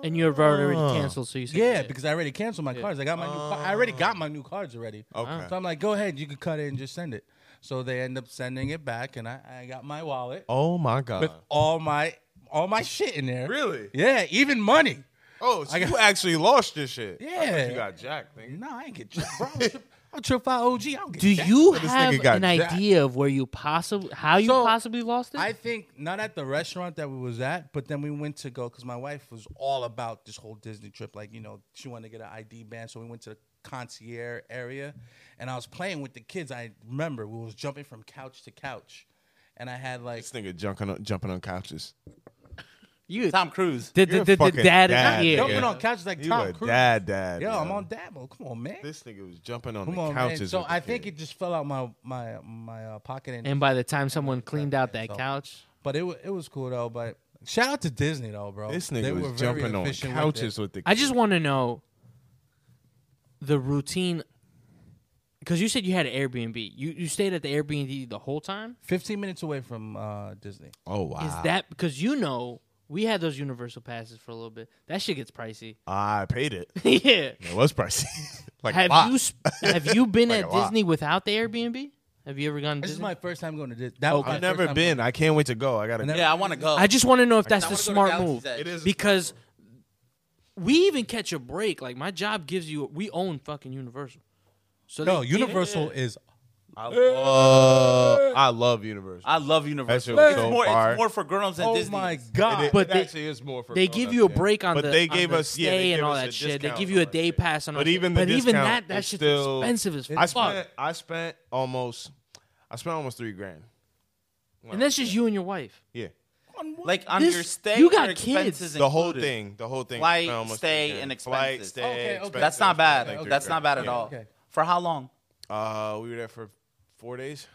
Speaker 1: and you're already canceled. So you said,
Speaker 6: Yeah,
Speaker 1: shit.
Speaker 6: because I already canceled my cards. I got my new. ca- I already got my new cards already.
Speaker 5: Okay.
Speaker 6: So I'm like, go ahead, you can cut it and just send it. So they end up sending it back, and I, I got my wallet
Speaker 5: Oh my god.
Speaker 6: with all my all my shit in there.
Speaker 5: really?
Speaker 6: Yeah, even money.
Speaker 5: Oh, so
Speaker 6: I got-
Speaker 5: you actually lost your shit. I thought
Speaker 6: Yeah.
Speaker 5: you got jacked. Nigga.
Speaker 6: No, I ain't get tripped. Bro, I'm trip- I'm tripped by OG. I don't get
Speaker 1: Do
Speaker 6: jacked.
Speaker 1: you
Speaker 5: this
Speaker 1: have
Speaker 5: nigga got
Speaker 1: an
Speaker 5: jacked.
Speaker 1: idea of where you possibly, how you
Speaker 6: So,
Speaker 1: possibly lost it?
Speaker 6: I think not at the restaurant that we was at, but then we went to go because my wife was all about this whole Disney trip. Like you know, she wanted to get an ID band, so we went to the concierge area, and I was playing with the kids. I remember we was jumping from couch to couch, and I had like
Speaker 5: This nigga jumping on, jumping on couches.
Speaker 1: you
Speaker 7: Tom Cruise.
Speaker 1: did
Speaker 5: you're
Speaker 1: the,
Speaker 5: a
Speaker 1: the, the
Speaker 5: fucking
Speaker 1: dad,
Speaker 5: dad,
Speaker 1: yeah.
Speaker 5: nigga.
Speaker 6: jumping on couches like
Speaker 5: You
Speaker 6: Tom
Speaker 5: a
Speaker 6: Cruise.
Speaker 5: dad, dad.
Speaker 6: Yo,
Speaker 5: yo.
Speaker 6: I'm on dad mode. Come on, man.
Speaker 5: This nigga was jumping on
Speaker 6: Come
Speaker 5: the
Speaker 6: on, man.
Speaker 5: couches.
Speaker 6: So
Speaker 5: with the
Speaker 6: I think
Speaker 5: kid.
Speaker 6: it just fell out my my my uh, pocket, and,
Speaker 1: And by the time someone cleaned out that
Speaker 6: So-
Speaker 1: couch,
Speaker 6: but it wa- it was cool though. But shout out to Disney though, bro.
Speaker 5: this
Speaker 6: They
Speaker 5: nigga
Speaker 6: were
Speaker 5: was
Speaker 6: very
Speaker 5: jumping on
Speaker 6: efficient with it.
Speaker 5: couches with the.
Speaker 1: I just want to know the routine. Because you said you had an Airbnb. You you stayed at the Airbnb the whole time.
Speaker 6: 15 minutes away from uh, Disney.
Speaker 5: Oh wow.
Speaker 1: Is that because you know we had those Universal passes for a little bit? That shit gets pricey.
Speaker 5: I paid it.
Speaker 1: yeah.
Speaker 5: It was pricey. like a
Speaker 1: Have
Speaker 5: lot.
Speaker 1: you sp- have you been
Speaker 5: Like
Speaker 1: at
Speaker 5: a lot.
Speaker 1: Disney without the Airbnb? Have you ever gone? To
Speaker 6: This is
Speaker 1: Disney?
Speaker 6: my first time going to Disney. That was my
Speaker 5: I've
Speaker 6: first
Speaker 5: never
Speaker 6: time
Speaker 5: been. I can't wait to go. I gotta.
Speaker 6: never-
Speaker 7: Yeah, I want to go.
Speaker 1: I just want to know if that's
Speaker 7: I
Speaker 1: the
Speaker 7: wanna go to
Speaker 1: smart
Speaker 7: Galaxy's
Speaker 1: move
Speaker 7: Edge.
Speaker 5: It is a
Speaker 1: because we even catch a break. Like my job gives you, we own fucking Universal. So
Speaker 6: No,
Speaker 1: they give-
Speaker 6: Universal is.
Speaker 5: I love, I love Universal.
Speaker 7: I love
Speaker 5: shit
Speaker 7: Universal.
Speaker 5: was
Speaker 7: It's
Speaker 5: so
Speaker 7: more,
Speaker 5: fire.
Speaker 7: it's more for grown-ups than
Speaker 6: Oh
Speaker 7: Disney.
Speaker 6: my
Speaker 7: is.
Speaker 6: god!
Speaker 5: It-
Speaker 1: But
Speaker 5: it
Speaker 1: they-
Speaker 5: actually is more for
Speaker 1: they
Speaker 5: grown-ups,
Speaker 1: give you a
Speaker 5: yeah.
Speaker 1: break on
Speaker 5: but
Speaker 1: the
Speaker 5: they
Speaker 1: on
Speaker 5: gave
Speaker 1: the
Speaker 5: us yeah, they
Speaker 1: stay
Speaker 5: gave
Speaker 1: and all
Speaker 5: us a
Speaker 1: that shit. They
Speaker 5: discount
Speaker 1: give
Speaker 5: on
Speaker 1: you a
Speaker 5: that
Speaker 1: day
Speaker 5: shit.
Speaker 1: pass on all
Speaker 5: But
Speaker 1: that
Speaker 5: even
Speaker 1: shit.
Speaker 5: the
Speaker 1: but even
Speaker 5: discount
Speaker 1: that that
Speaker 5: is
Speaker 1: shit's
Speaker 5: still-
Speaker 1: expensive as fuck.
Speaker 5: I spent, I spent almost, I spent almost three grand.
Speaker 1: and that's just you and your wife.
Speaker 5: Yeah,
Speaker 7: Like on
Speaker 1: This-
Speaker 7: your stay,
Speaker 1: you got
Speaker 7: your
Speaker 1: kids.
Speaker 7: expenses
Speaker 5: the whole
Speaker 7: included.
Speaker 5: thing, the whole thing. I
Speaker 7: Flight,
Speaker 5: spent almost
Speaker 7: stay,
Speaker 5: three grand.
Speaker 7: and
Speaker 5: Flight,
Speaker 7: expenses.
Speaker 5: stay,
Speaker 6: Okay, okay.
Speaker 5: expenses,
Speaker 7: That's not bad.
Speaker 5: like three
Speaker 7: That's not bad
Speaker 5: grand.
Speaker 7: at all.
Speaker 6: Okay.
Speaker 7: For how long?
Speaker 5: Yeah. Uh, we were there for four days.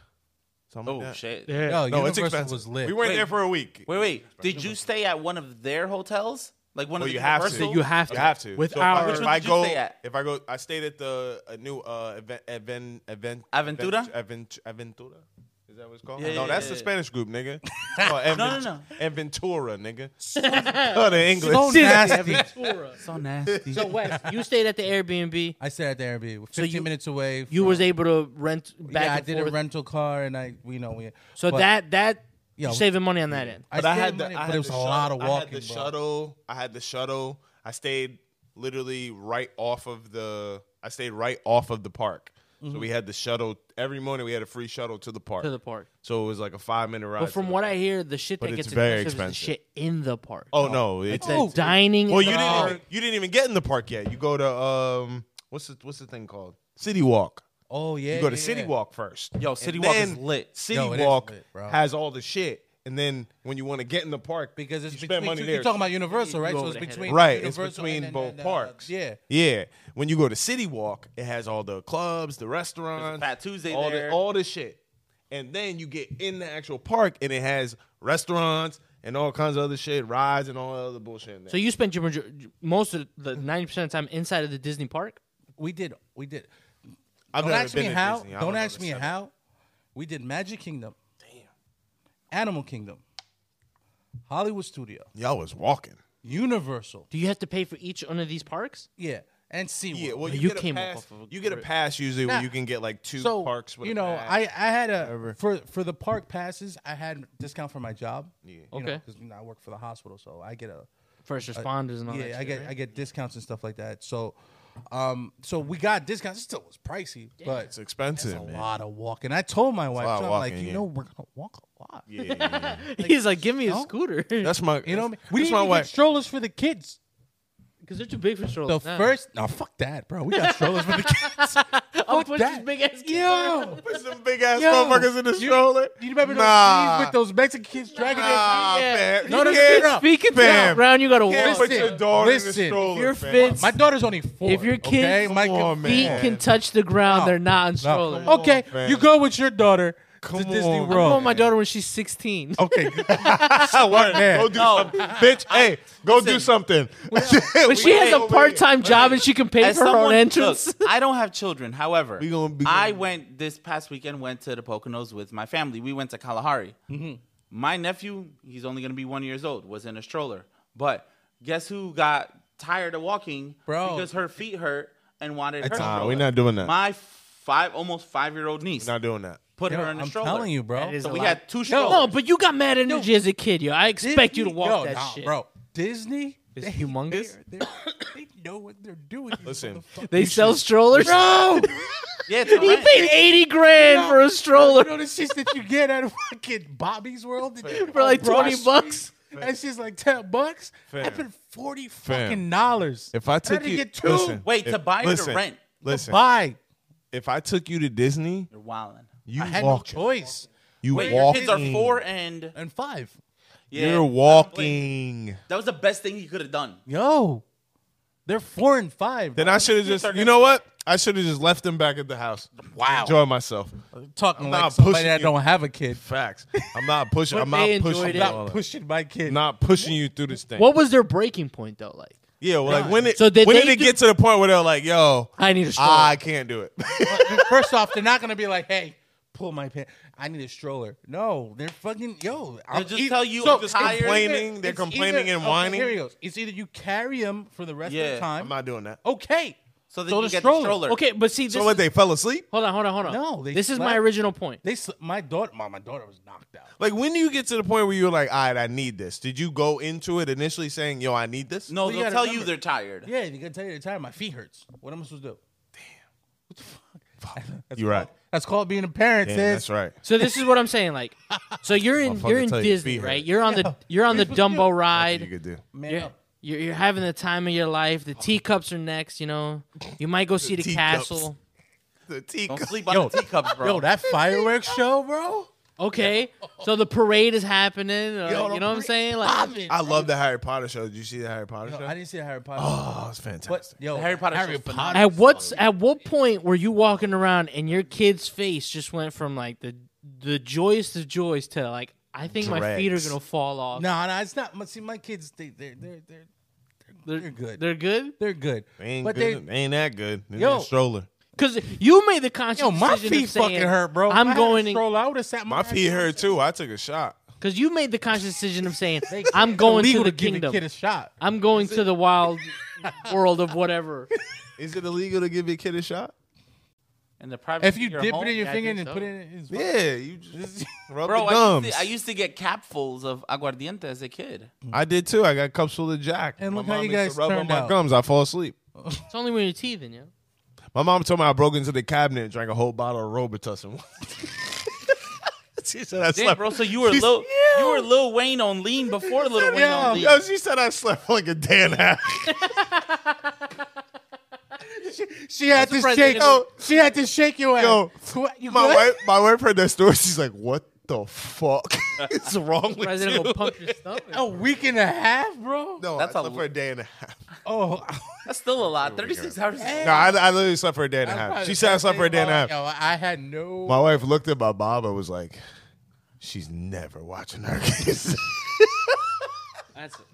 Speaker 5: Something
Speaker 7: Oh
Speaker 5: like that.
Speaker 7: shit!
Speaker 6: no,
Speaker 5: No, it's
Speaker 6: Universal
Speaker 5: expensive.
Speaker 6: was lit.
Speaker 5: We weren't
Speaker 7: Wait.
Speaker 5: there for a week.
Speaker 7: Wait, wait. Did you stay at one of their hotels? Like one
Speaker 5: Well,
Speaker 7: of the
Speaker 5: you have to.
Speaker 7: Universal?
Speaker 1: You have to.
Speaker 5: You have to.
Speaker 1: With
Speaker 5: So if I-
Speaker 1: our
Speaker 5: if
Speaker 7: Which
Speaker 5: I
Speaker 7: one did you
Speaker 5: go,
Speaker 7: stay at?
Speaker 5: if I go, I stayed at the a new uh event, event, event,
Speaker 7: Aventura?
Speaker 5: event, Aventura. Is that what it's called?
Speaker 7: Yeah,
Speaker 5: no,
Speaker 7: yeah,
Speaker 5: that's
Speaker 7: yeah,
Speaker 5: the
Speaker 7: yeah.
Speaker 5: Spanish group, nigga. Oh, Aven-
Speaker 7: No, no, no.
Speaker 5: Aventura, nigga. oh, the English.
Speaker 6: so nasty.
Speaker 7: So nasty.
Speaker 1: So Wes, you stayed at the Airbnb.
Speaker 6: I stayed at the Airbnb. Fifteen
Speaker 1: you-
Speaker 6: minutes away.
Speaker 1: You
Speaker 6: from-
Speaker 1: was able to rent back.
Speaker 6: yeah, I
Speaker 1: and
Speaker 6: did
Speaker 1: forth.
Speaker 6: a rental car, and I, you know, we.
Speaker 1: So
Speaker 6: but
Speaker 1: that that
Speaker 6: Yo,
Speaker 1: you're saving money on that end.
Speaker 6: I,
Speaker 5: But I
Speaker 6: stayed
Speaker 5: had the,
Speaker 6: money,
Speaker 5: I
Speaker 6: but
Speaker 5: had
Speaker 6: it was
Speaker 5: the
Speaker 6: a
Speaker 5: shuttle,
Speaker 6: lot of
Speaker 5: I had
Speaker 6: walking.
Speaker 5: the
Speaker 6: bro.
Speaker 5: shuttle. I had the shuttle. I stayed literally right off of the. I stayed right off of the park. So we had the shuttle every morning. We had a free shuttle to the park.
Speaker 1: To the park.
Speaker 5: So it was like a five minute ride.
Speaker 1: But from what I hear, the shit
Speaker 5: But
Speaker 1: that
Speaker 5: it's
Speaker 1: gets
Speaker 5: very
Speaker 1: expensive, is the
Speaker 5: expensive.
Speaker 1: shit in the park.
Speaker 5: oh no, it's
Speaker 1: it's the dining.
Speaker 5: well.
Speaker 1: and
Speaker 5: You
Speaker 1: the-
Speaker 5: didn't. Even, you didn't even get in the park yet. You go to um. What's the what's the thing called? City Walk.
Speaker 6: Oh yeah.
Speaker 5: You go to
Speaker 6: yeah,
Speaker 5: City
Speaker 6: yeah.
Speaker 5: Walk first.
Speaker 7: Yo,
Speaker 5: And
Speaker 7: City Walk is
Speaker 5: then
Speaker 7: lit.
Speaker 5: City
Speaker 6: Yo, it is
Speaker 5: Walk
Speaker 6: lit, bro.
Speaker 5: has all the shit. And then when you want to get in the park,
Speaker 6: because it's
Speaker 5: you spend
Speaker 6: between,
Speaker 5: money
Speaker 6: you-
Speaker 5: there.
Speaker 6: You're talking about Universal, right?
Speaker 1: You
Speaker 6: So
Speaker 1: over
Speaker 6: it's
Speaker 1: the head.
Speaker 6: between
Speaker 5: Right,
Speaker 6: Universal
Speaker 5: it's between
Speaker 6: and then-
Speaker 5: both
Speaker 6: and, uh,
Speaker 5: parks.
Speaker 6: Yeah.
Speaker 5: yeah. When you go to City Walk, it has all the clubs, the restaurants,
Speaker 7: Fat Tuesday
Speaker 5: all
Speaker 7: there.
Speaker 5: the all the shit. And then you get in the actual park, and it has restaurants and all kinds of other shit, rides and all that other bullshit. In there.
Speaker 1: So you spent your major- most of the ninety percent of the time inside of the Disney park.
Speaker 6: We did. We did.
Speaker 5: I've
Speaker 6: Don't
Speaker 5: never
Speaker 6: ask
Speaker 5: been
Speaker 6: me
Speaker 5: to
Speaker 6: how.
Speaker 5: Disney. I
Speaker 6: Don't
Speaker 5: know
Speaker 6: ask
Speaker 5: the
Speaker 6: me
Speaker 5: setup.
Speaker 6: how. We did Magic Kingdom. Damn. Animal Kingdom. Hollywood Studio.
Speaker 5: Y'all was walking.
Speaker 6: Universal.
Speaker 1: Do you have to pay for each one of these parks?
Speaker 6: Yeah. And SeaWorld.
Speaker 5: Yeah, well,
Speaker 1: No,
Speaker 5: you,
Speaker 1: you
Speaker 5: get a
Speaker 1: came
Speaker 5: pass,
Speaker 1: off of a
Speaker 5: you get a
Speaker 1: grid.
Speaker 5: pass usually where
Speaker 6: Nah.
Speaker 5: you can get like two
Speaker 6: so
Speaker 5: parks. With
Speaker 6: you
Speaker 5: a
Speaker 6: know,
Speaker 5: pass.
Speaker 6: I, I had a for for the park passes, I had discount for my job. Yeah.
Speaker 1: Okay.
Speaker 6: Because I work for the hospital, so I get a
Speaker 1: First responders and all that.
Speaker 6: yeah, I
Speaker 1: shit,
Speaker 6: get
Speaker 1: right?
Speaker 6: I get discounts and stuff like that. So, um, so we got discounts. It still was pricey, but
Speaker 5: it's expensive.
Speaker 6: a
Speaker 5: man.
Speaker 6: lot of walking. I told my wife,
Speaker 5: lot
Speaker 6: so
Speaker 5: of
Speaker 6: I'm like,
Speaker 5: walking,
Speaker 6: you
Speaker 5: yeah.
Speaker 6: know, we're gonna walk a lot.
Speaker 5: Yeah, yeah, yeah.
Speaker 1: He's like, give me a scooter because
Speaker 5: That's my.
Speaker 6: You know, what I mean?
Speaker 5: that's
Speaker 6: we
Speaker 5: that's
Speaker 6: didn't
Speaker 5: my
Speaker 6: even get
Speaker 5: wife.
Speaker 6: strollers for the kids.
Speaker 1: they're too big for
Speaker 6: The
Speaker 1: strollers. now.
Speaker 6: first, no, fuck that, bro. We got strollers for the kids.
Speaker 1: oh,
Speaker 6: fuck
Speaker 1: put
Speaker 6: that.
Speaker 1: this big ass kid.
Speaker 6: Yo,
Speaker 5: Put some big ass
Speaker 6: Yo,
Speaker 5: motherfuckers in the stroller.
Speaker 6: you remember those
Speaker 5: nah.
Speaker 6: these with those Mexican kids dragging
Speaker 5: Nah,
Speaker 6: their feet?
Speaker 5: fam.
Speaker 6: No,
Speaker 5: You
Speaker 6: no,
Speaker 5: can't-
Speaker 6: no, no.
Speaker 1: Speaking
Speaker 5: Fam.
Speaker 1: of Brown, you gotta
Speaker 5: can't
Speaker 1: walk.
Speaker 5: put
Speaker 6: Listen,
Speaker 5: your daughter in
Speaker 6: listen,
Speaker 5: the
Speaker 6: if
Speaker 5: stroller.
Speaker 1: you're
Speaker 5: fam.
Speaker 1: fits-
Speaker 6: My daughter's only four.
Speaker 1: If your kid's
Speaker 6: okay? my
Speaker 5: Come on,
Speaker 1: Feet
Speaker 5: man.
Speaker 1: can touch the ground.
Speaker 6: No.
Speaker 1: They're not on
Speaker 6: No.
Speaker 1: strollers. Oh,
Speaker 5: on,
Speaker 6: okay,
Speaker 5: fam.
Speaker 6: you go with your daughter
Speaker 5: Come
Speaker 6: to Disney
Speaker 5: on,
Speaker 6: World.
Speaker 1: I'm going my daughter when she's 16.
Speaker 6: Okay, what
Speaker 5: Go
Speaker 6: man?
Speaker 5: do something, bitch. Hey, go do something.
Speaker 1: But she has a part-time job and she can pay
Speaker 7: As
Speaker 1: for her own
Speaker 7: someone-
Speaker 1: entrance.
Speaker 7: look, I don't have children. However,
Speaker 5: We gonna be-
Speaker 7: I went this past weekend. Went to the Poconos with my family. We went to Kalahari. My nephew, he's only gonna be one years old, was in a stroller, but Guess who got tired of walking,
Speaker 6: Bro.
Speaker 7: Because her feet hurt and wanted her.
Speaker 5: It's- Nah,
Speaker 7: stroller.
Speaker 5: we're not doing that.
Speaker 7: My five, almost five-year-old niece
Speaker 5: Not doing that.
Speaker 7: put
Speaker 6: Yo,
Speaker 7: her in a
Speaker 6: I'm
Speaker 7: stroller.
Speaker 6: telling you, bro.
Speaker 1: That is
Speaker 7: So
Speaker 1: a
Speaker 7: we
Speaker 1: lot.
Speaker 7: had two strollers.
Speaker 1: No, but you got mad energy as a kid, yo. I expect you to
Speaker 6: Disney-
Speaker 1: walk
Speaker 6: yo,
Speaker 1: that
Speaker 6: nah,
Speaker 1: shit.
Speaker 6: bro. Disney,
Speaker 1: It's
Speaker 6: they-
Speaker 1: humongous.
Speaker 6: they're- they're- They know what they're doing. these
Speaker 5: Listen.
Speaker 6: motherfuckers.
Speaker 1: They sell strollers. Bro,
Speaker 7: yeah, it's a
Speaker 1: he
Speaker 7: rent.
Speaker 1: paid eighty grand for a stroller
Speaker 6: You know the shit that you get at fucking Bobby's World
Speaker 1: for like
Speaker 6: Bro,
Speaker 1: twenty bucks.
Speaker 6: That's just like ten bucks.
Speaker 5: Fam.
Speaker 6: I spent forty
Speaker 5: Fam.
Speaker 6: fucking dollars.
Speaker 5: If I
Speaker 6: had
Speaker 5: took
Speaker 6: to
Speaker 5: you,
Speaker 6: get two.
Speaker 5: listen,
Speaker 7: Wait, to
Speaker 5: if-
Speaker 7: buy or to
Speaker 5: listen,
Speaker 7: rent?
Speaker 5: Listen,
Speaker 6: Why?
Speaker 5: if I took you to Disney,
Speaker 7: You're wilding.
Speaker 5: you
Speaker 6: I had no
Speaker 5: walking.
Speaker 6: choice.
Speaker 5: you
Speaker 7: Wait, your
Speaker 5: walking.
Speaker 7: kids are four and
Speaker 6: And five.
Speaker 7: yeah, I
Speaker 5: You're
Speaker 7: don't blame
Speaker 5: walking.
Speaker 7: That was the best thing he could have done.
Speaker 6: Yo, they're four and five.
Speaker 5: Then I should have
Speaker 7: kids
Speaker 5: just.
Speaker 7: are
Speaker 5: You
Speaker 7: gonna-
Speaker 5: know what? I should have just left them back at the house.
Speaker 6: Wow.
Speaker 5: Enjoy myself.
Speaker 6: talking
Speaker 5: I'm
Speaker 6: like
Speaker 5: not
Speaker 6: somebody
Speaker 5: pushing
Speaker 6: that
Speaker 5: you.
Speaker 6: don't have a kid.
Speaker 5: Facts. I'm not pushing.
Speaker 1: But
Speaker 5: I'm
Speaker 1: they
Speaker 5: not
Speaker 1: enjoyed
Speaker 5: pushing.
Speaker 1: it.
Speaker 5: you all
Speaker 6: Not
Speaker 5: that.
Speaker 6: pushing my kid.
Speaker 5: Not pushing you through this thing.
Speaker 1: What was their breaking point though? Like,
Speaker 5: Yeah, well, like when it
Speaker 1: So did
Speaker 5: when
Speaker 1: they
Speaker 5: did it
Speaker 1: do-
Speaker 5: get to the point where they're like, "Yo,
Speaker 1: I need a stroller.
Speaker 5: I can't do it."
Speaker 6: First off, they're not gonna be like, "Hey, pull my pants. I need a stroller." No, they're fucking yo. e- I'll
Speaker 7: just tell you I'm
Speaker 6: it's
Speaker 7: tired.
Speaker 5: Complaining, they're
Speaker 6: it's
Speaker 5: complaining and
Speaker 6: okay,
Speaker 5: whining.
Speaker 6: here he goes. It's either you carry him for the rest of
Speaker 7: Yeah,
Speaker 6: the time.
Speaker 5: I'm not doing
Speaker 1: Oh,
Speaker 5: that.
Speaker 6: okay.
Speaker 7: So then
Speaker 6: So the
Speaker 7: you get
Speaker 6: stroller.
Speaker 7: the stroller.
Speaker 1: Okay, but see, this
Speaker 5: So what? They fell asleep.
Speaker 1: hold on, hold on, hold on.
Speaker 6: No, they
Speaker 1: this is my
Speaker 6: slept.
Speaker 1: original point.
Speaker 6: They sl- my daughter. My, my daughter was knocked out.
Speaker 5: Like when do you get to the point where you're like, "All right, I need this"? Did you go into it initially saying, "Yo, I need this"?
Speaker 7: No,
Speaker 6: you
Speaker 7: they'll
Speaker 6: gotta
Speaker 7: tell you
Speaker 6: remember-
Speaker 7: they're tired.
Speaker 6: Yeah, you can tell you the time. My feet hurts. What am I supposed to do? Damn. What the fuck? That's
Speaker 5: You're right.
Speaker 6: called- That's called being a parent.
Speaker 5: Damn,
Speaker 6: sis.
Speaker 5: that's right.
Speaker 1: So this is what I'm saying. Like, so you're in you're in
Speaker 5: Motherfucker tell you
Speaker 1: Disney,
Speaker 5: beat her.
Speaker 1: right? You're on the you're on the Dumbo
Speaker 5: You
Speaker 1: ride.
Speaker 5: could do.
Speaker 6: Man,
Speaker 1: You're,
Speaker 6: up.
Speaker 1: you're you're having the time of your life. The teacups are next. You know, you might go see the,
Speaker 5: teacups.
Speaker 1: castle.
Speaker 5: The tea.
Speaker 7: Don't
Speaker 5: cup.
Speaker 7: sleep on
Speaker 6: Yo.
Speaker 7: the teacups, bro.
Speaker 6: Yo, that fireworks show, bro.
Speaker 1: Okay, so the parade is happening. uh,
Speaker 6: Yo, the
Speaker 1: you know what I'm
Speaker 6: parade-
Speaker 1: saying? Like,
Speaker 6: Stop it.
Speaker 5: I love the Harry Potter show. Did you see the Harry Potter
Speaker 6: Yo,
Speaker 5: show?
Speaker 6: I didn't see the Harry Potter.
Speaker 5: oh, it's
Speaker 6: But
Speaker 5: fantastic.
Speaker 6: yo,
Speaker 7: Harry Potter show's phenomenal.
Speaker 1: at what's at what point were you walking around and your kid's face just went from like the the joyous of joys to like I think my feet are
Speaker 5: Dregs.
Speaker 1: gonna fall off.
Speaker 6: No, no, it's not. but See, my kids, they, they're, they're, they're,
Speaker 1: they're,
Speaker 6: they're good.
Speaker 1: They're good
Speaker 6: they're good.
Speaker 5: They ain't
Speaker 6: but
Speaker 5: good. They, ain't that good. They need
Speaker 6: Yo.
Speaker 5: a stroller.
Speaker 1: because you made the conscious
Speaker 6: yo, my
Speaker 1: decision
Speaker 6: feet
Speaker 1: of saying,
Speaker 6: fucking hurt, bro.
Speaker 1: I'm going in-
Speaker 6: stroll out. Sat
Speaker 5: My feet hurt too. I took a shot.
Speaker 1: Because you made the conscious decision of saying, I'm going to
Speaker 6: Legal
Speaker 1: the
Speaker 6: to give a
Speaker 1: kingdom.
Speaker 6: kid a shot.
Speaker 1: I'm going to the wild world of whatever.
Speaker 5: Is it illegal to give your kid a shot?
Speaker 7: in the private
Speaker 6: If you
Speaker 7: your
Speaker 6: dip
Speaker 7: home,
Speaker 6: it in your
Speaker 7: yeah, I
Speaker 6: finger
Speaker 7: think
Speaker 6: and
Speaker 7: so.
Speaker 6: put it in his
Speaker 5: Yeah, you just rub the
Speaker 7: Bro, I
Speaker 5: gums.
Speaker 7: used, to, I used to get capfuls of aguardiente as a kid.
Speaker 5: I did too. I got cups full of Jack.
Speaker 6: And
Speaker 5: My
Speaker 6: look how
Speaker 5: mom
Speaker 6: you
Speaker 5: used to
Speaker 6: guys
Speaker 5: rub on
Speaker 6: turned
Speaker 5: my
Speaker 6: out.
Speaker 5: gums. I fall asleep.
Speaker 1: It's only when you're teething, yo.
Speaker 5: My mom told me I broke into the cabinet and drank a whole bottle of Robitussin. she said I
Speaker 7: Damn,
Speaker 5: slept.
Speaker 7: bro. So you were
Speaker 5: She's-
Speaker 7: Lil, you were Lil Wayne on lean before Lil Wayne
Speaker 5: Yo,
Speaker 7: on lean.
Speaker 5: yo, she said I slept for like a day and a half.
Speaker 6: She had to
Speaker 1: surprised
Speaker 6: shake.
Speaker 1: they
Speaker 6: Oh,
Speaker 1: didn't-
Speaker 6: she had to shake your ass.
Speaker 5: Yo,
Speaker 6: Squ- you
Speaker 5: my
Speaker 6: good?
Speaker 5: wife, my wife heard that story. She's like, "What the fuck is wrong with
Speaker 1: President
Speaker 5: you?"
Speaker 1: will pump your stomach.
Speaker 6: A week and a half, bro.
Speaker 5: No,
Speaker 7: That's
Speaker 5: I
Speaker 7: a-
Speaker 5: slept for a day and a half.
Speaker 6: Oh,
Speaker 7: That's still a lot. Thirty six hours. is
Speaker 5: No, I, I literally slept for a day and a half. She said I slept for a day and a half.
Speaker 6: oh, Yo, I had no.
Speaker 5: My wife looked at my mom and was like, "She's never watching her kids."
Speaker 1: That's it.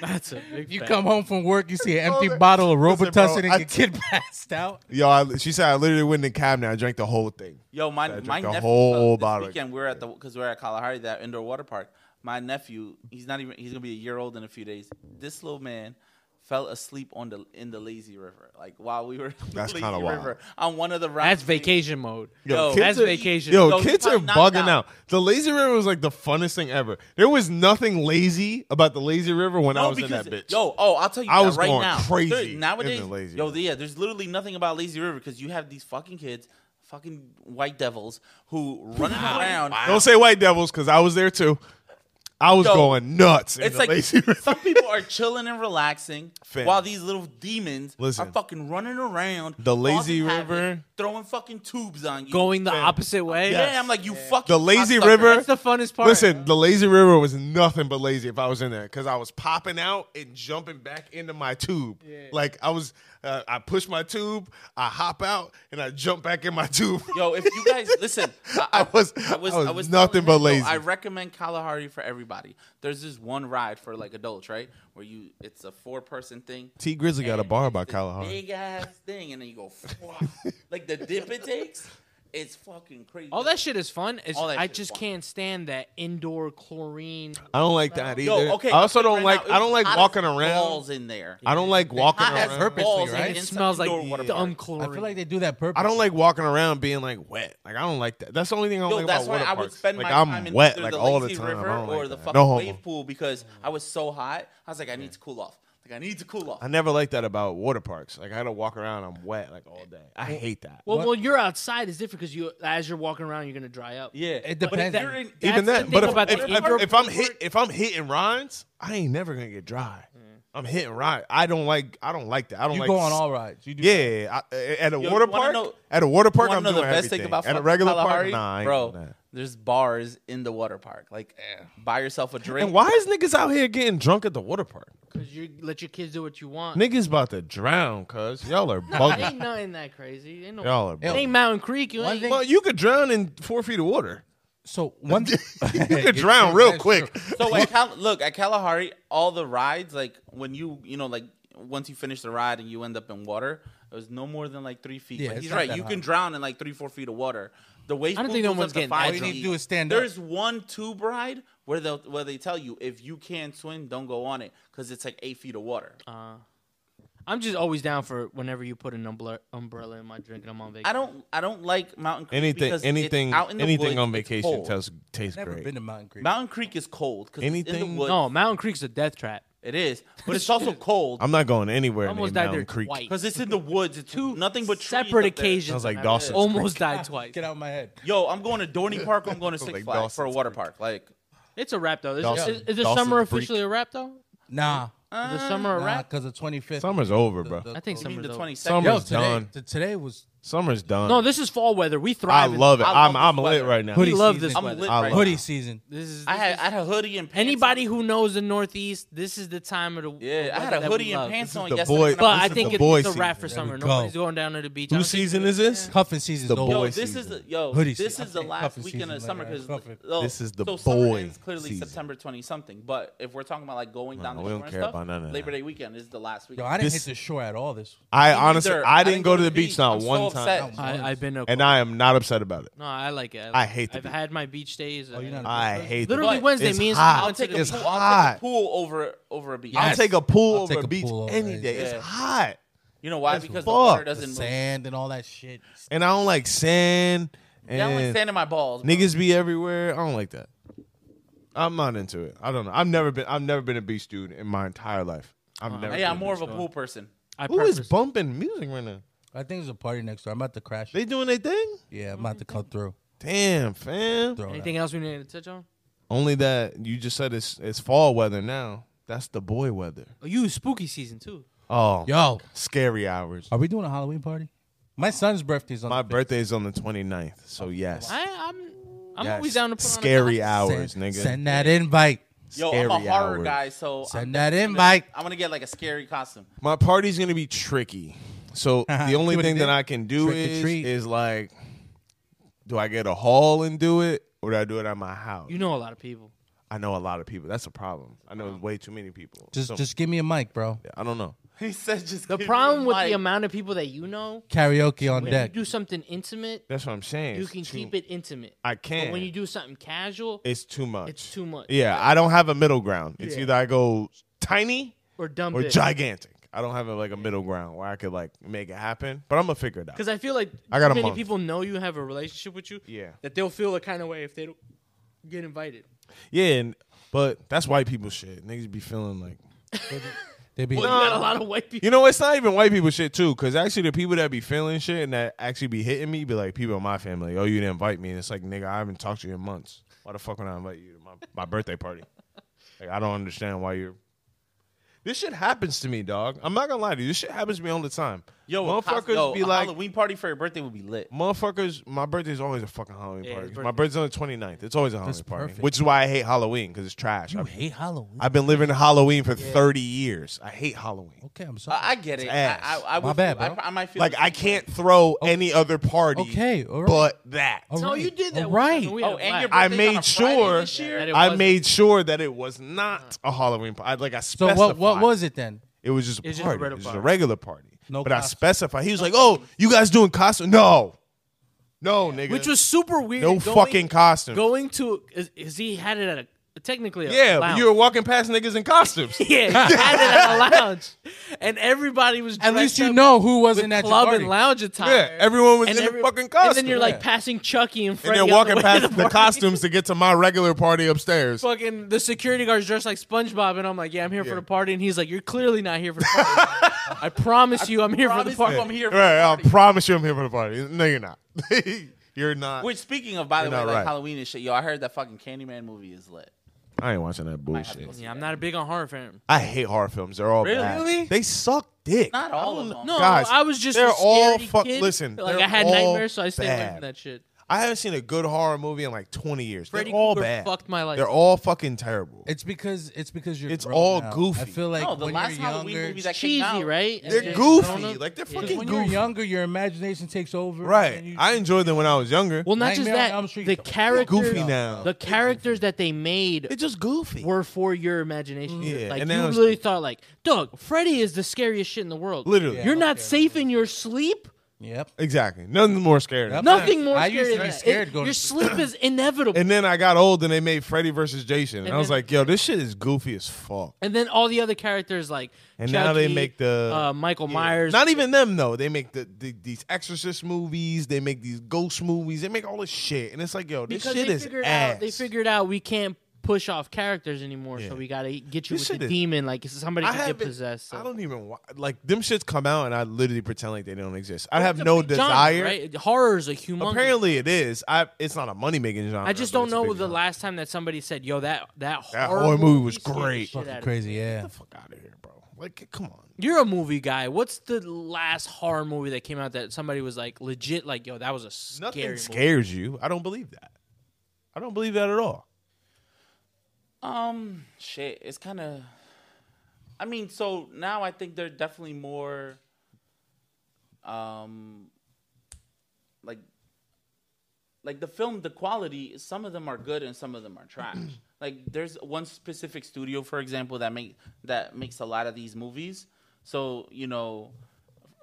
Speaker 1: That's a big
Speaker 6: You
Speaker 1: fact.
Speaker 6: come home from work, you see an empty
Speaker 5: Listen,
Speaker 6: bottle of
Speaker 5: bro,
Speaker 6: Robitussin, and
Speaker 5: I-
Speaker 6: your kid passed out.
Speaker 5: Yo, I, she said I literally went in the cabinet. I drank the whole thing.
Speaker 7: Yo, my
Speaker 5: drank
Speaker 7: my
Speaker 5: a
Speaker 7: nephew. uh,
Speaker 5: whole
Speaker 7: this
Speaker 5: bottle.
Speaker 7: Weekend we were at the because we are at Kalahari, that indoor water park. My nephew, he's not even. He's gonna be a year old in a few days. This little man fell asleep on the in the lazy river, like while we were in the
Speaker 5: That's
Speaker 7: lazy
Speaker 5: kinda wild.
Speaker 7: river on one of the rides.
Speaker 1: That's vacation mode.
Speaker 7: Yo,
Speaker 5: kids
Speaker 1: that's
Speaker 5: are-
Speaker 1: vacation.
Speaker 5: Yo,
Speaker 7: Yo,
Speaker 5: kids
Speaker 7: you
Speaker 5: are
Speaker 7: probably knocked
Speaker 5: bugging out.
Speaker 7: out.
Speaker 5: The lazy river was like the funnest thing ever. There was nothing lazy about the lazy river when I
Speaker 7: No,
Speaker 5: was in
Speaker 7: because-
Speaker 5: that bitch.
Speaker 7: Yo, oh, I'll tell you
Speaker 5: I
Speaker 7: that
Speaker 5: was
Speaker 7: right
Speaker 5: going
Speaker 7: now.
Speaker 5: crazy
Speaker 7: There-
Speaker 5: in the
Speaker 7: nowadays,
Speaker 5: lazy
Speaker 7: yo,
Speaker 5: river.
Speaker 7: yeah, there's literally nothing about Lazy River because you have these fucking kids, fucking white devils who running around.
Speaker 5: don't say white devils because I was there too. I was
Speaker 7: Yo,
Speaker 5: going nuts. in
Speaker 7: It's
Speaker 5: the
Speaker 7: like
Speaker 5: lazy river.
Speaker 7: some people are chilling and relaxing
Speaker 5: Fam.
Speaker 7: while these little demons
Speaker 5: Listen.
Speaker 7: are fucking running around.
Speaker 5: The lazy
Speaker 7: causing havoc,
Speaker 5: river-
Speaker 7: throwing fucking tubes on you.
Speaker 1: Going the opposite way.
Speaker 7: yeah, I'm like you fucking.
Speaker 5: The lazy
Speaker 7: cocksucker.
Speaker 5: river-
Speaker 1: That's the funnest part.
Speaker 5: Listen, the lazy river was nothing but lazy if I was in there because I was popping out and jumping back into my tube. Like I was, uh, I push my tube, I hop out, and I jump back in my tube.
Speaker 7: Yo, if you guys listen,
Speaker 5: I was- I was nothing
Speaker 7: telling
Speaker 5: but
Speaker 7: him, yo,
Speaker 5: lazy.
Speaker 7: I recommend Kalahari for everybody. There's this one ride for like adults, right? Where you, it's a four person thing.
Speaker 5: T Grizzly got a
Speaker 7: and
Speaker 5: bar
Speaker 7: it's
Speaker 5: by
Speaker 7: this
Speaker 5: Kalahari.
Speaker 7: Big ass thing, and then you go like the dip it takes. It's fucking crazy.
Speaker 1: All that shit is fun. It's,
Speaker 7: All that
Speaker 1: I
Speaker 7: shit is
Speaker 1: just
Speaker 7: fun.
Speaker 1: can't stand that indoor chlorine.
Speaker 5: I don't like that either.
Speaker 7: Yo,
Speaker 5: I
Speaker 7: okay.
Speaker 5: also
Speaker 7: I'll tell
Speaker 5: don't
Speaker 7: you right
Speaker 5: like.
Speaker 7: now, it
Speaker 5: I don't
Speaker 7: was
Speaker 5: like
Speaker 7: hot as
Speaker 5: walking around.
Speaker 7: Balls in there.
Speaker 5: I don't like walking
Speaker 7: Hot as
Speaker 5: around.
Speaker 6: purposely,
Speaker 7: balls in
Speaker 6: right?
Speaker 7: an
Speaker 1: It
Speaker 7: inside
Speaker 1: smells like
Speaker 7: indoor water park.
Speaker 1: dumb
Speaker 6: I
Speaker 1: chlorine.
Speaker 6: feel like they do that purpose.
Speaker 5: I don't like walking around being like wet. Like I don't like that. That's the only thing I don't
Speaker 7: Yo,
Speaker 5: like
Speaker 7: that's
Speaker 5: about
Speaker 7: why
Speaker 5: water
Speaker 7: I would
Speaker 5: parks.
Speaker 7: spend
Speaker 5: like
Speaker 7: my
Speaker 5: I'm
Speaker 7: time in
Speaker 5: wet
Speaker 7: either
Speaker 5: like
Speaker 7: the
Speaker 5: all the
Speaker 7: Lacey
Speaker 5: time.
Speaker 7: River
Speaker 5: I don't like
Speaker 7: or the
Speaker 5: that.
Speaker 7: fucking
Speaker 5: No homo.
Speaker 7: wave pool because I was so hot. I was like, I need to cool off. Like I need to cool off.
Speaker 5: I never liked that about water parks. Like I had to walk around. I'm wet like all day. I hate that.
Speaker 1: well,
Speaker 6: What?
Speaker 1: when you're outside, it's different because you, as you're walking around, you're gonna dry up.
Speaker 7: yeah,
Speaker 6: It
Speaker 7: But if
Speaker 6: depends.
Speaker 7: you're in-
Speaker 5: Even that,
Speaker 1: that's the
Speaker 5: but
Speaker 1: thing
Speaker 5: if,
Speaker 1: about
Speaker 5: if,
Speaker 1: the
Speaker 5: if-
Speaker 1: indoor
Speaker 5: if I'm hit, if I'm hitting rides, I ain't never gonna get dry. I'm hitting rides. I don't like. I don't like that. I don't
Speaker 6: You
Speaker 5: like.
Speaker 6: go on all rides. You do.
Speaker 5: Yeah, I, at a
Speaker 7: Yo,
Speaker 5: water
Speaker 7: you
Speaker 5: park.
Speaker 7: wanna know-
Speaker 5: at a water park,
Speaker 7: Wanna
Speaker 5: I'm
Speaker 7: know
Speaker 5: doing
Speaker 7: the best
Speaker 5: everything.
Speaker 7: thing about
Speaker 5: at a
Speaker 7: fucking
Speaker 5: regular park,
Speaker 7: Kalahari?
Speaker 5: nah, I ain't
Speaker 7: bro.
Speaker 5: doing that.
Speaker 7: There's bars in the water park. Like, buy yourself a drink.
Speaker 5: And why is niggas out here getting drunk at the water park?
Speaker 1: Because you let your kids do what you want.
Speaker 5: Niggas about to drown, cuz y'all are
Speaker 1: It ain't
Speaker 5: bugging.
Speaker 1: nothing that crazy. Ain't no,
Speaker 5: y'all are
Speaker 1: it
Speaker 5: bugging.
Speaker 1: ain't Mountain Creek. You
Speaker 6: One
Speaker 1: ain't.
Speaker 6: thing-
Speaker 5: Well, you could drown in four feet of water.
Speaker 6: So one, you
Speaker 5: You could drown real quick.
Speaker 7: So at Cal- look at Kalahari, all the rides, like when you you know like once you finish the ride and you end up in water, it was no more than like three feet.
Speaker 6: Yeah,
Speaker 7: But
Speaker 6: it's
Speaker 7: he's
Speaker 6: not
Speaker 7: right.
Speaker 6: that
Speaker 7: You
Speaker 6: high.
Speaker 7: can drown in like three four feet of water. The wave
Speaker 1: I don't
Speaker 7: pool
Speaker 1: think no
Speaker 7: goes up
Speaker 1: one's
Speaker 7: to
Speaker 1: getting
Speaker 7: five
Speaker 1: that
Speaker 6: drunk. All you need to
Speaker 7: feet.
Speaker 6: do is stand up.
Speaker 7: There's one tube ride where they will where they tell you if you can't swim, don't go on it because it's like eight feet of water.
Speaker 1: I'm just always down for whenever you put an umbrella umbrella in my drink and I'm on vacation.
Speaker 7: I don't I don't like Mountain Creek
Speaker 5: Anything,
Speaker 7: because it's
Speaker 5: anything,
Speaker 7: out in the
Speaker 5: anything
Speaker 7: woods,
Speaker 5: on
Speaker 7: it's
Speaker 5: vacation
Speaker 7: cold.
Speaker 5: tastes tastes
Speaker 6: Never
Speaker 5: great.
Speaker 6: been to Mountain Creek.
Speaker 7: Mountain Creek is cold because anything in
Speaker 5: Anything-
Speaker 7: the woods.
Speaker 1: No, Mountain Creek's a death trap.
Speaker 7: it is, but it's also cold.
Speaker 5: I'm not going anywhere. named
Speaker 1: Almost died there
Speaker 5: Mountain Creek.
Speaker 1: twice.
Speaker 7: Because it's in the woods. It's
Speaker 1: Two
Speaker 7: nothing but trees
Speaker 1: separate
Speaker 7: up there.
Speaker 1: occasions.
Speaker 5: Sounds like Oh
Speaker 1: and I
Speaker 5: Dawson's Creek.
Speaker 1: Almost died twice.
Speaker 6: Get out of my head.
Speaker 7: Yo, I'm going to Dorney Park. or I'm going to Six
Speaker 5: Like
Speaker 7: Flags for a
Speaker 5: Dawson's
Speaker 7: water park. Like,
Speaker 1: It's a wrap though. Is,
Speaker 5: Dawson-
Speaker 1: is, is the
Speaker 5: Dawson's
Speaker 1: summer
Speaker 5: Creek.
Speaker 1: officially a wrap though?
Speaker 6: Nah,
Speaker 1: Is
Speaker 7: Uh,
Speaker 1: the summer a
Speaker 6: nah,
Speaker 1: wrap?
Speaker 6: because the twenty fifth.
Speaker 5: Summer's over, bro.
Speaker 1: I think
Speaker 7: I mean,
Speaker 1: summer's
Speaker 7: the
Speaker 1: over.
Speaker 7: 22nd.
Speaker 5: Summer-
Speaker 6: Yo,
Speaker 5: Summer's
Speaker 6: today,
Speaker 5: done.
Speaker 6: t- today was
Speaker 5: Summer's done.
Speaker 1: No, this is fall weather. We
Speaker 5: I
Speaker 1: thrive. in-
Speaker 5: love it.
Speaker 7: I love
Speaker 5: I'm
Speaker 7: this
Speaker 5: I'm lit
Speaker 7: weather.
Speaker 5: right now.
Speaker 1: We
Speaker 6: Hoodie
Speaker 1: love
Speaker 6: season.
Speaker 1: this
Speaker 7: I'm
Speaker 1: weather.
Speaker 7: lit
Speaker 5: I
Speaker 7: right
Speaker 5: love-
Speaker 7: now.
Speaker 6: hoodie season.
Speaker 1: This is,
Speaker 7: I
Speaker 1: this
Speaker 7: had
Speaker 1: is-
Speaker 7: I had a hoodie and pants.
Speaker 1: anybody
Speaker 7: on.
Speaker 1: who knows the Northeast. This is the time of the
Speaker 7: Yeah,
Speaker 1: the
Speaker 7: I had
Speaker 1: weather
Speaker 7: a
Speaker 1: that
Speaker 7: hoodie
Speaker 1: we
Speaker 7: and
Speaker 1: love.
Speaker 7: pants on
Speaker 5: the
Speaker 7: yesterday.
Speaker 5: boy-
Speaker 7: when I
Speaker 1: But I
Speaker 7: was-
Speaker 5: This is
Speaker 1: think
Speaker 5: the
Speaker 1: it,
Speaker 5: boy
Speaker 1: it's a wrap
Speaker 5: season.
Speaker 1: for
Speaker 5: There
Speaker 1: summer.
Speaker 6: we go.
Speaker 1: Nobody's going down to the beach. I
Speaker 5: Whose
Speaker 1: don't think
Speaker 5: season
Speaker 1: it's-
Speaker 5: is this?
Speaker 6: Cuffing season's
Speaker 5: The
Speaker 6: over.
Speaker 7: Yo,
Speaker 5: boy
Speaker 7: this is
Speaker 5: season.
Speaker 7: the, yo.
Speaker 6: Hoodie
Speaker 7: this
Speaker 6: season.
Speaker 7: is the
Speaker 6: Cuffing
Speaker 7: last
Speaker 6: season,
Speaker 7: weekend of
Speaker 6: like,
Speaker 7: summer
Speaker 6: uh,
Speaker 7: because
Speaker 6: cuffing.
Speaker 5: This is the
Speaker 7: so summer
Speaker 5: boy
Speaker 7: ends clearly
Speaker 5: season.
Speaker 7: September twenty something. But if we're talking about like going down,
Speaker 5: No,
Speaker 7: the
Speaker 5: we don't
Speaker 7: shore and
Speaker 5: care
Speaker 7: stuff,
Speaker 5: about none of that.
Speaker 7: Labor Day weekend is the last weekend.
Speaker 6: Yo, I didn't
Speaker 5: This-
Speaker 6: hit the shore at all this.
Speaker 5: I
Speaker 7: Me
Speaker 5: honestly,
Speaker 7: neither.
Speaker 5: I didn't go to the beach not
Speaker 7: I'm so
Speaker 5: one time,
Speaker 7: upset.
Speaker 1: I, I've been up.
Speaker 5: and I am not upset about it.
Speaker 1: no, I like it.
Speaker 5: I hate the
Speaker 1: I've
Speaker 5: beach.
Speaker 1: had my beach days.
Speaker 6: Oh, you're not a
Speaker 5: I hate the
Speaker 1: Literally
Speaker 5: beach.
Speaker 1: Wednesday,
Speaker 5: It's
Speaker 1: me and some-
Speaker 5: hot.
Speaker 7: I'll take a
Speaker 5: it's
Speaker 7: pool. I'll take
Speaker 5: hot.
Speaker 7: a pool over over a beach.
Speaker 5: I'll
Speaker 6: Yes.
Speaker 5: take a pool
Speaker 6: I'll
Speaker 5: over
Speaker 6: take
Speaker 5: a
Speaker 6: a
Speaker 5: beach
Speaker 6: pool over
Speaker 5: any
Speaker 6: it.
Speaker 5: day.
Speaker 7: Yeah.
Speaker 5: It's hot,
Speaker 7: You know why? Because the
Speaker 5: fucked.
Speaker 7: water
Speaker 6: The
Speaker 7: doesn't move.
Speaker 6: sand and all that shit.
Speaker 5: and I don't like sand. And
Speaker 7: Yeah, I like sand in my balls. bro.
Speaker 1: Um,
Speaker 5: Niggas be everywhere. I don't like that. I'm not into it. I don't know. I've never been. I've never been a beach dude in my entire life. I've
Speaker 1: Uh,
Speaker 5: never.
Speaker 7: Yeah,
Speaker 5: been
Speaker 7: I'm more
Speaker 5: beach.
Speaker 7: of a pool person.
Speaker 1: I
Speaker 5: Who is
Speaker 1: purpose-
Speaker 5: bumping music right now?
Speaker 6: I think there's a party next door. I'm about to crash.
Speaker 5: They doing their thing.
Speaker 6: yeah, I'm about to cut through.
Speaker 5: Damn, fam.
Speaker 6: Throw it
Speaker 1: Anything else we need to touch on?
Speaker 5: Only that you just said it's it's fall weather now. That's the boy weather.
Speaker 1: Oh, you spooky season too.
Speaker 5: Oh,
Speaker 6: out. Yo,
Speaker 5: scary hours.
Speaker 6: are we doing a Halloween party? My son's birthday's on
Speaker 5: My
Speaker 6: the
Speaker 5: birthday is on the 29th, so yes.
Speaker 1: I, I'm I'm
Speaker 5: Yes.
Speaker 1: always down to put
Speaker 5: scary
Speaker 1: on
Speaker 6: fifth.
Speaker 5: hours,
Speaker 6: send,
Speaker 5: nigga.
Speaker 6: Send that invite.
Speaker 7: Yo,
Speaker 5: Scary
Speaker 7: I'm a horror
Speaker 5: hours.
Speaker 7: guy, so I'm
Speaker 6: Send that
Speaker 7: gonna-
Speaker 6: invite.
Speaker 7: I'm gonna get like a scary costume.
Speaker 5: My party's gonna be tricky. So the only
Speaker 6: See what
Speaker 5: thing
Speaker 6: it
Speaker 5: that
Speaker 6: did?
Speaker 5: I can do
Speaker 6: Trick or
Speaker 5: is
Speaker 6: treat.
Speaker 5: is like, do I get a haul and do it, or do I do it at my house?
Speaker 1: a- You know a lot of people.
Speaker 5: I know a lot of people. That's a problem. I know way too many people.
Speaker 6: Just
Speaker 5: So-
Speaker 6: just give me a mic, bro.
Speaker 5: I don't know.
Speaker 7: He said, "Just
Speaker 1: The
Speaker 7: give me
Speaker 1: problem with
Speaker 7: mic.
Speaker 1: the amount of people that you know,
Speaker 6: Karaoke on
Speaker 1: when
Speaker 6: deck.
Speaker 1: you do something intimate,
Speaker 5: That's what I'm saying.
Speaker 1: you
Speaker 5: It's
Speaker 1: can
Speaker 5: too-
Speaker 1: keep it intimate.
Speaker 5: I
Speaker 1: But
Speaker 5: can't.
Speaker 1: when you do something casual,
Speaker 5: it's too much.
Speaker 1: it's too much.
Speaker 5: Yeah, I don't have a middle ground. It's
Speaker 1: Yeah.
Speaker 5: either I go tiny
Speaker 1: or dumb.
Speaker 5: or gigantic. I don't have a, like a middle ground where I could like make it happen. But I'm gonna figure it out.
Speaker 1: Because I feel like
Speaker 5: I got
Speaker 1: too
Speaker 5: a
Speaker 1: many
Speaker 5: month.
Speaker 1: people know you have a relationship with you.
Speaker 5: Yeah.
Speaker 1: That they'll feel a kind of way if they don't get invited.
Speaker 5: Yeah, and but that's white people shit. Niggas be feeling like
Speaker 6: They be
Speaker 1: Well, you got a lot of white people.
Speaker 5: you know it's not even white people shit too. Because actually, the people that be feeling shit and that actually be hitting me be like people in my family. Oh, you didn't invite me. And it's like nigga, I haven't talked to you in months. Why the fuck would I invite you to my, my birthday party? Like I don't understand why you're. This shit happens to me, dog. I'm not gonna lie to you. This shit happens to me all the time.
Speaker 7: yo, a cos-
Speaker 5: motherfuckers
Speaker 7: yo,
Speaker 5: be
Speaker 7: a
Speaker 5: like,
Speaker 7: Halloween party for your birthday would be lit.
Speaker 5: motherfuckers, my birthday's always a fucking Halloween
Speaker 1: Yeah,
Speaker 5: party.
Speaker 1: his
Speaker 5: My birthday's on the 29th. It's always a Halloween
Speaker 6: That's
Speaker 5: party,
Speaker 6: perfect.
Speaker 5: which is why I hate Halloween because it's trash.
Speaker 6: you
Speaker 5: I've,
Speaker 6: hate Halloween.
Speaker 5: I've been living Halloween for 30 years. I hate Halloween.
Speaker 6: okay, I'm sorry.
Speaker 7: I, I get it. I,
Speaker 5: ass.
Speaker 7: I, I
Speaker 6: My
Speaker 7: would
Speaker 6: bad,
Speaker 7: feel-
Speaker 6: bro.
Speaker 7: I, I might feel
Speaker 5: Like
Speaker 7: the
Speaker 5: I
Speaker 7: same way.
Speaker 5: can't throw any other party,
Speaker 6: Okay, all right.
Speaker 5: but that.
Speaker 6: All
Speaker 1: No,
Speaker 6: right.
Speaker 1: you did that.
Speaker 6: All
Speaker 1: one time,
Speaker 6: right.
Speaker 1: and we had
Speaker 7: Oh,
Speaker 1: a
Speaker 7: and your
Speaker 1: blast.
Speaker 5: I
Speaker 7: birthday's
Speaker 5: made
Speaker 7: on a Friday
Speaker 5: sure-
Speaker 7: this year?
Speaker 1: That it
Speaker 5: I
Speaker 1: wasn't.
Speaker 5: made sure that it was not a Halloween party. Like I
Speaker 6: so
Speaker 5: specified.
Speaker 6: what what was it then?
Speaker 5: It was just a
Speaker 1: It's just a
Speaker 5: party.
Speaker 1: regular
Speaker 5: it was just a
Speaker 1: party.
Speaker 5: regular party.
Speaker 6: No
Speaker 5: but I
Speaker 6: costume.
Speaker 5: specified. He was like, "Oh, you guys doing costume? No, No, nigga.
Speaker 1: which was super weird.
Speaker 5: no
Speaker 1: going-
Speaker 5: fucking costume.
Speaker 1: Going to is, is he had it at a technically a
Speaker 5: yeah, but
Speaker 1: lounge.
Speaker 5: you were walking past niggas in costumes.
Speaker 1: yeah, he had it at a lounge, and everybody was
Speaker 6: At
Speaker 1: dressed
Speaker 6: least you
Speaker 1: up
Speaker 6: know who
Speaker 1: with
Speaker 6: wasn't at your
Speaker 1: club
Speaker 6: party.
Speaker 1: and lounge attire.
Speaker 5: yeah, everyone was
Speaker 1: and
Speaker 5: in
Speaker 1: every-
Speaker 5: a fucking costume.
Speaker 1: and then you're like
Speaker 6: Yeah.
Speaker 1: passing Chucky in
Speaker 5: and
Speaker 1: front.
Speaker 5: they're walking past the, costumes to get to my regular party upstairs.
Speaker 1: Fucking the security guard's dressed like SpongeBob, and I'm like, "Yeah, I'm here for the party," and he's like, "You're clearly not here for the party. I promise you, I'm here for the
Speaker 7: promise
Speaker 1: party."
Speaker 7: you I'm here for the
Speaker 5: right, I promise you I'm here for the party. No, you're not. you're not.
Speaker 7: Which, speaking of, by the
Speaker 5: You're
Speaker 7: way,
Speaker 5: not
Speaker 7: like
Speaker 5: right.
Speaker 7: Halloween and shit, yo, I heard that fucking Candyman movie is lit.
Speaker 5: I ain't watching that bullshit.
Speaker 1: Yeah, I'm not a big on horror fan.
Speaker 5: I hate horror films. They're all
Speaker 7: Really?
Speaker 5: bad.
Speaker 7: Really?
Speaker 5: They suck dick.
Speaker 7: Not all of them.
Speaker 1: No,
Speaker 5: Guys,
Speaker 1: I was just
Speaker 5: they're
Speaker 1: a
Speaker 5: all
Speaker 1: scary
Speaker 5: fuck-
Speaker 1: kid.
Speaker 5: listen,
Speaker 1: Like
Speaker 5: they're
Speaker 1: I had
Speaker 5: all
Speaker 1: nightmares, so I stayed away
Speaker 5: bad.
Speaker 1: from that shit.
Speaker 5: I haven't seen a good horror movie in like 20 years.
Speaker 1: Freddy
Speaker 5: They're all
Speaker 1: Krueger
Speaker 5: bad.
Speaker 1: fucked my life.
Speaker 5: They're all fucking terrible.
Speaker 6: It's because it's because you're.
Speaker 5: It's
Speaker 6: grown
Speaker 5: all
Speaker 6: now.
Speaker 5: goofy.
Speaker 6: I feel like
Speaker 7: No, the
Speaker 6: when
Speaker 7: last
Speaker 6: you're
Speaker 7: Halloween
Speaker 6: younger,
Speaker 7: movie that came out,
Speaker 1: Cheesy, right?
Speaker 5: They're
Speaker 1: It's just grown
Speaker 5: goofy.
Speaker 1: up.
Speaker 5: Like they're
Speaker 1: Yeah.
Speaker 5: fucking
Speaker 6: when you're
Speaker 5: goofy.
Speaker 6: younger, your imagination takes over. and
Speaker 5: right.
Speaker 6: you-
Speaker 5: I enjoyed them when I was younger.
Speaker 1: Well, not just
Speaker 6: Nightmare on
Speaker 1: that.
Speaker 6: Elm Street.
Speaker 1: The
Speaker 6: Goofy
Speaker 1: characters,
Speaker 5: now.
Speaker 1: the characters that they made
Speaker 5: it's just goofy.
Speaker 1: were for your imagination.
Speaker 5: Mm. Yeah,
Speaker 1: like
Speaker 5: and
Speaker 1: you
Speaker 5: now it's-
Speaker 1: really thought, like, dog, Freddy is the scariest shit in the world.
Speaker 5: Literally. Yeah,
Speaker 1: you're
Speaker 6: I
Speaker 1: not
Speaker 6: don't care.
Speaker 1: safe in your sleep.
Speaker 6: Yep.
Speaker 5: Exactly. Nothing more scary.
Speaker 6: Yep.
Speaker 1: Nothing more
Speaker 6: I
Speaker 1: scary
Speaker 6: used to
Speaker 1: than
Speaker 6: be
Speaker 1: that.
Speaker 6: scared
Speaker 1: It-
Speaker 6: going
Speaker 1: your
Speaker 6: to
Speaker 1: sleep is inevitable.
Speaker 5: And then I got old and they made Freddy versus Jason. And,
Speaker 1: And
Speaker 5: I was
Speaker 1: then-
Speaker 5: like, yo, this shit is goofy as fuck.
Speaker 1: And then all the other characters, like
Speaker 5: And now they
Speaker 1: Chucky,
Speaker 5: make the-
Speaker 1: uh, Michael Myers.
Speaker 5: Not even them though. They make the, the these Exorcist movies. They make these ghost movies. They make all this shit, and it's like, yo, this
Speaker 1: because
Speaker 5: shit
Speaker 1: they
Speaker 5: is
Speaker 1: figured
Speaker 5: ass.
Speaker 1: out they figured out we can't push off characters anymore,
Speaker 5: Yeah.
Speaker 1: so we gotta get you
Speaker 5: This
Speaker 1: with
Speaker 5: shit
Speaker 1: the
Speaker 5: is-
Speaker 1: demon, like somebody
Speaker 5: I
Speaker 1: could get
Speaker 5: haven't-
Speaker 1: possessed. so.
Speaker 5: I don't even wa- like them shits come out, and I literally pretend like they don't exist. I have
Speaker 1: It's a
Speaker 5: no
Speaker 1: big genre,
Speaker 5: desire.
Speaker 1: right? Horror is a humongous.
Speaker 5: Apparently, it is. I it's not a money making genre.
Speaker 1: I just
Speaker 5: but
Speaker 1: don't
Speaker 5: it's a
Speaker 1: know
Speaker 5: big
Speaker 1: the
Speaker 5: genre.
Speaker 1: last time that somebody said, "Yo, that that,
Speaker 5: That
Speaker 1: horror,
Speaker 5: horror movie was
Speaker 1: scared the
Speaker 5: great.
Speaker 1: shit out of me."
Speaker 6: Crazy. Yeah.
Speaker 5: Fuck out of here, bro. Like, come on.
Speaker 1: You're a movie guy. What's the last horror movie that came out that somebody was like legit like, "Yo, that was a scary
Speaker 5: Nothing
Speaker 1: movie."
Speaker 5: scares you. I don't believe that. I don't believe that at all.
Speaker 7: Um, shit, it's kind of. I mean, so now I think they're definitely more, um, like, like the film, the quality. Some of them are good and some of them are trash. like, there's one specific studio, for example, that make that makes a lot of these movies. So you know,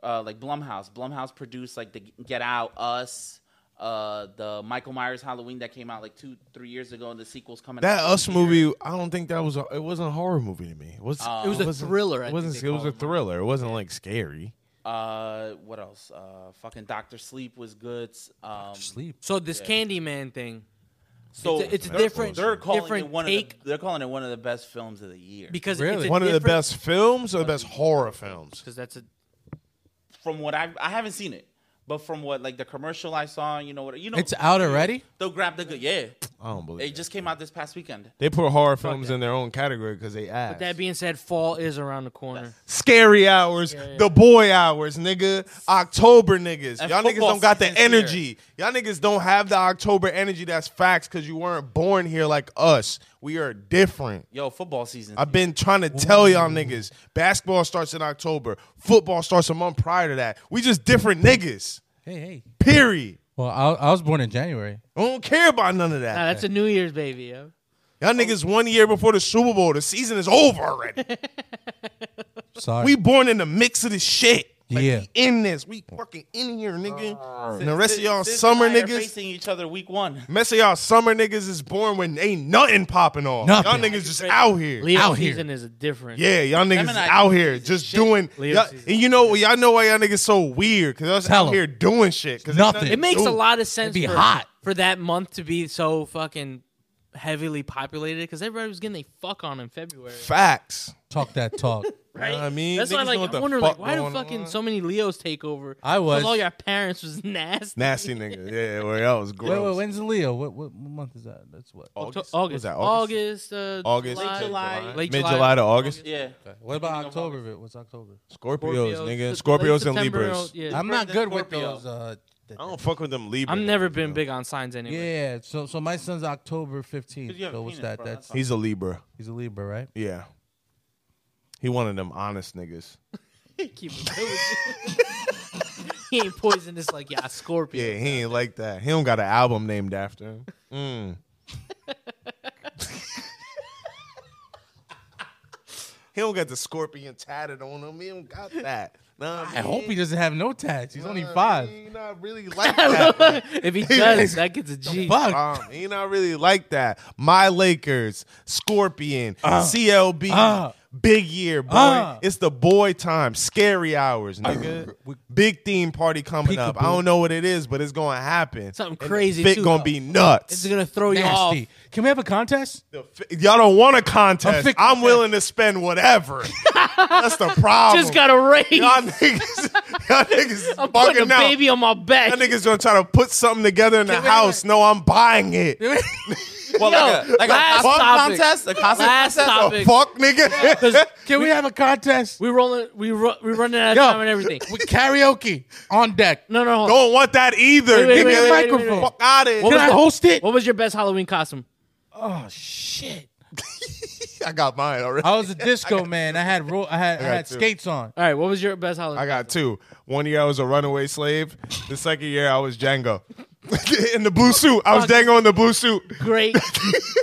Speaker 7: uh, like Blumhouse. Blumhouse produced like the Get Out, Us, uh, the Michael Myers Halloween that came out like two, three years ago, and the sequel's coming.
Speaker 5: That
Speaker 7: out
Speaker 5: Us movie, I don't think that was. A, it wasn't a horror movie to me. It was.
Speaker 7: Um,
Speaker 1: Uh, It was a
Speaker 5: wasn't-
Speaker 1: thriller,
Speaker 5: It
Speaker 1: I think
Speaker 5: wasn't.
Speaker 1: they
Speaker 5: It was
Speaker 1: call
Speaker 5: a
Speaker 1: them.
Speaker 5: thriller. It wasn't like scary.
Speaker 7: Uh, what else? Uh, fucking Doctor Sleep was good. Um,
Speaker 6: Sleep.
Speaker 1: So this Candyman thing,
Speaker 7: So
Speaker 1: it's a, it's a
Speaker 5: They're-
Speaker 1: different
Speaker 7: they're calling
Speaker 1: different
Speaker 7: it one
Speaker 1: take
Speaker 7: of the, they're calling it one of the best films of the year.
Speaker 1: because it's
Speaker 6: Really?
Speaker 1: a
Speaker 5: One of the
Speaker 1: different-
Speaker 5: best films or the best horror films.
Speaker 1: because that's a
Speaker 7: from what I I haven't seen it, but from what like the commercial I saw, you know what you know
Speaker 6: It's out already.
Speaker 7: They'll grab the good. Yeah,
Speaker 5: I don't believe
Speaker 7: it
Speaker 5: that.
Speaker 7: just came out this past weekend.
Speaker 5: They put horror films in their own category because they asked.
Speaker 1: That being said, fall is around the corner.
Speaker 5: Scary hours,
Speaker 1: yeah.
Speaker 5: the boy hours, nigga. October niggas.
Speaker 7: And
Speaker 5: Y'all niggas
Speaker 7: football
Speaker 5: don't got the
Speaker 7: season's
Speaker 5: energy. Y'all niggas don't have the October energy. That's facts because you weren't born here like us. We are different.
Speaker 7: Yo, football season.
Speaker 5: I've been trying to tell y'all niggas basketball starts in October, football starts a month prior to that. We just different niggas.
Speaker 6: Hey, hey.
Speaker 5: Period.
Speaker 6: Well, I, I was born in January.
Speaker 5: I don't care about none of
Speaker 1: Nah,
Speaker 5: that.
Speaker 1: that's a New Year's baby, yo.
Speaker 5: Y'all niggas one year before the Super Bowl. The season is over already.
Speaker 6: Sorry.
Speaker 5: We born in the mix of this shit. Like,
Speaker 6: Yeah.
Speaker 5: We in this. We fucking in here, nigga. and the rest of y'all
Speaker 7: Sis and
Speaker 5: summer
Speaker 7: I are
Speaker 5: niggas.
Speaker 7: facing each other week one.
Speaker 5: Rest of y'all summer niggas is born when ain't nothing popping off.
Speaker 6: Nothing.
Speaker 5: Y'all niggas just out here.
Speaker 1: Leo
Speaker 6: Out here.
Speaker 1: season is different.
Speaker 5: Yeah, y'all niggas is
Speaker 7: Gemini
Speaker 5: out here just doing.
Speaker 1: Leo
Speaker 5: y'all-
Speaker 1: season.
Speaker 5: and you know, y'all know why y'all niggas so weird because I was
Speaker 6: Tell
Speaker 5: out
Speaker 6: 'em.
Speaker 5: here doing shit. 'cause ain't
Speaker 6: Nothing.
Speaker 1: It makes
Speaker 5: to
Speaker 1: a
Speaker 5: do.
Speaker 1: lot of sense
Speaker 6: be
Speaker 1: for,
Speaker 6: hot.
Speaker 1: for that month to be so fucking heavily populated because everybody was getting they fuck on in February.
Speaker 5: facts.
Speaker 6: Talk that talk.
Speaker 5: You know what I mean,
Speaker 1: That's why
Speaker 5: Niggas
Speaker 1: like
Speaker 5: know what
Speaker 1: I
Speaker 5: the
Speaker 1: wonder
Speaker 5: fuck
Speaker 1: like why do
Speaker 5: going
Speaker 1: fucking
Speaker 5: on.
Speaker 1: so many Leos take over?
Speaker 6: I
Speaker 1: 'Cause
Speaker 6: was.
Speaker 1: all your parents was nasty.
Speaker 5: nasty nigga. Yeah, where y'all was
Speaker 6: Wait, wait,
Speaker 5: gross.
Speaker 6: when's the Leo? What, what month is that? That's
Speaker 5: Oh,
Speaker 6: what.
Speaker 1: August,
Speaker 5: What was
Speaker 1: August,
Speaker 5: that,
Speaker 1: August, uh,
Speaker 5: August,
Speaker 1: July,
Speaker 7: July.
Speaker 1: late
Speaker 5: mid July to August.
Speaker 7: Yeah,
Speaker 6: What about October? Vic? What's October?
Speaker 5: Scorpios, nigga.
Speaker 1: late
Speaker 5: Scorpios and
Speaker 1: September,
Speaker 5: Libras.
Speaker 1: oh, yeah.
Speaker 6: I'm not
Speaker 7: the
Speaker 6: good with
Speaker 7: Scorpio.
Speaker 6: those. Uh, th-
Speaker 5: I don't fuck with them Libras.
Speaker 1: I've never been big on signs anyway.
Speaker 6: yeah, so so my son's October 15th.
Speaker 7: Because you have
Speaker 6: So
Speaker 7: a
Speaker 6: what's
Speaker 7: penis,
Speaker 6: that?
Speaker 7: bro,
Speaker 6: That's
Speaker 7: that's
Speaker 5: He's a Libra.
Speaker 6: he's a Libra, right?
Speaker 5: Yeah. He one of them honest niggas.
Speaker 1: Keep it real with you. he ain't poisonous like yeah, Scorpio.
Speaker 5: Yeah, he ain't like that. He don't got an album named after him. Mm. he don't got the scorpion tatted on him. He don't got that. Nah,
Speaker 6: I hope he doesn't have no tats. He's only
Speaker 5: nah,
Speaker 6: five.
Speaker 5: He not really like that.
Speaker 1: if he does, that gets a G.
Speaker 6: Fuck.
Speaker 5: um, he not really like that. My Lakers, Scorpion, CLB,
Speaker 6: uh,
Speaker 5: Big Year, boy.
Speaker 6: uh.
Speaker 5: it's the boy time. Scary hours, nigga. Big theme party coming up. I
Speaker 6: Peekaboo.
Speaker 5: don't know what it is, but it's gonna happen.
Speaker 1: Something
Speaker 5: And the
Speaker 1: crazy,
Speaker 5: Fit
Speaker 1: too,
Speaker 5: gonna
Speaker 1: though.
Speaker 5: be nuts.
Speaker 1: It's gonna throw you off.
Speaker 6: Nasty. Can we have a contest?
Speaker 5: The fi- Y'all don't want a
Speaker 6: A
Speaker 5: contest.
Speaker 6: fit
Speaker 5: I'm
Speaker 6: contest.
Speaker 5: willing to spend whatever. That's the problem.
Speaker 1: Just got a raise.
Speaker 5: y'all niggas. Y'all niggas is
Speaker 1: I'm putting a
Speaker 5: bugging out.
Speaker 1: baby on my back.
Speaker 5: Y'all niggas gonna try to put something together in the
Speaker 6: wait,
Speaker 5: house. No, I'm buying it.
Speaker 7: Well,
Speaker 1: Yo,
Speaker 7: like a, like
Speaker 1: last
Speaker 7: a costume
Speaker 1: topic.
Speaker 7: contest, a costume
Speaker 1: Last
Speaker 7: contest.
Speaker 1: topic.
Speaker 5: The fuck, nigga.
Speaker 1: 'Cause
Speaker 6: Can we have a contest?
Speaker 1: we rolling. We ru- we running out of
Speaker 6: Yo.
Speaker 1: time and everything.
Speaker 6: With karaoke on deck.
Speaker 1: No, no, hold on.
Speaker 5: don't want that either.
Speaker 1: Wait, wait,
Speaker 5: nigga.
Speaker 1: wait, wait,
Speaker 5: Fuck
Speaker 1: wait, wait, wait.
Speaker 5: out of
Speaker 1: What
Speaker 6: Can
Speaker 1: was
Speaker 6: I
Speaker 1: the-
Speaker 6: host it?
Speaker 1: What was your best Halloween costume?
Speaker 6: Oh shit.
Speaker 5: I got mine already.
Speaker 6: I was a disco man. I had ro- I had I,
Speaker 5: got
Speaker 6: had
Speaker 5: two.
Speaker 6: skates on.
Speaker 1: All right, what was your best
Speaker 5: I
Speaker 1: Halloween?
Speaker 5: got two. One year I was a runaway slave. The second year I was Django. in the blue suit. I was
Speaker 1: Fuck.
Speaker 5: Django in the blue suit.
Speaker 1: Great,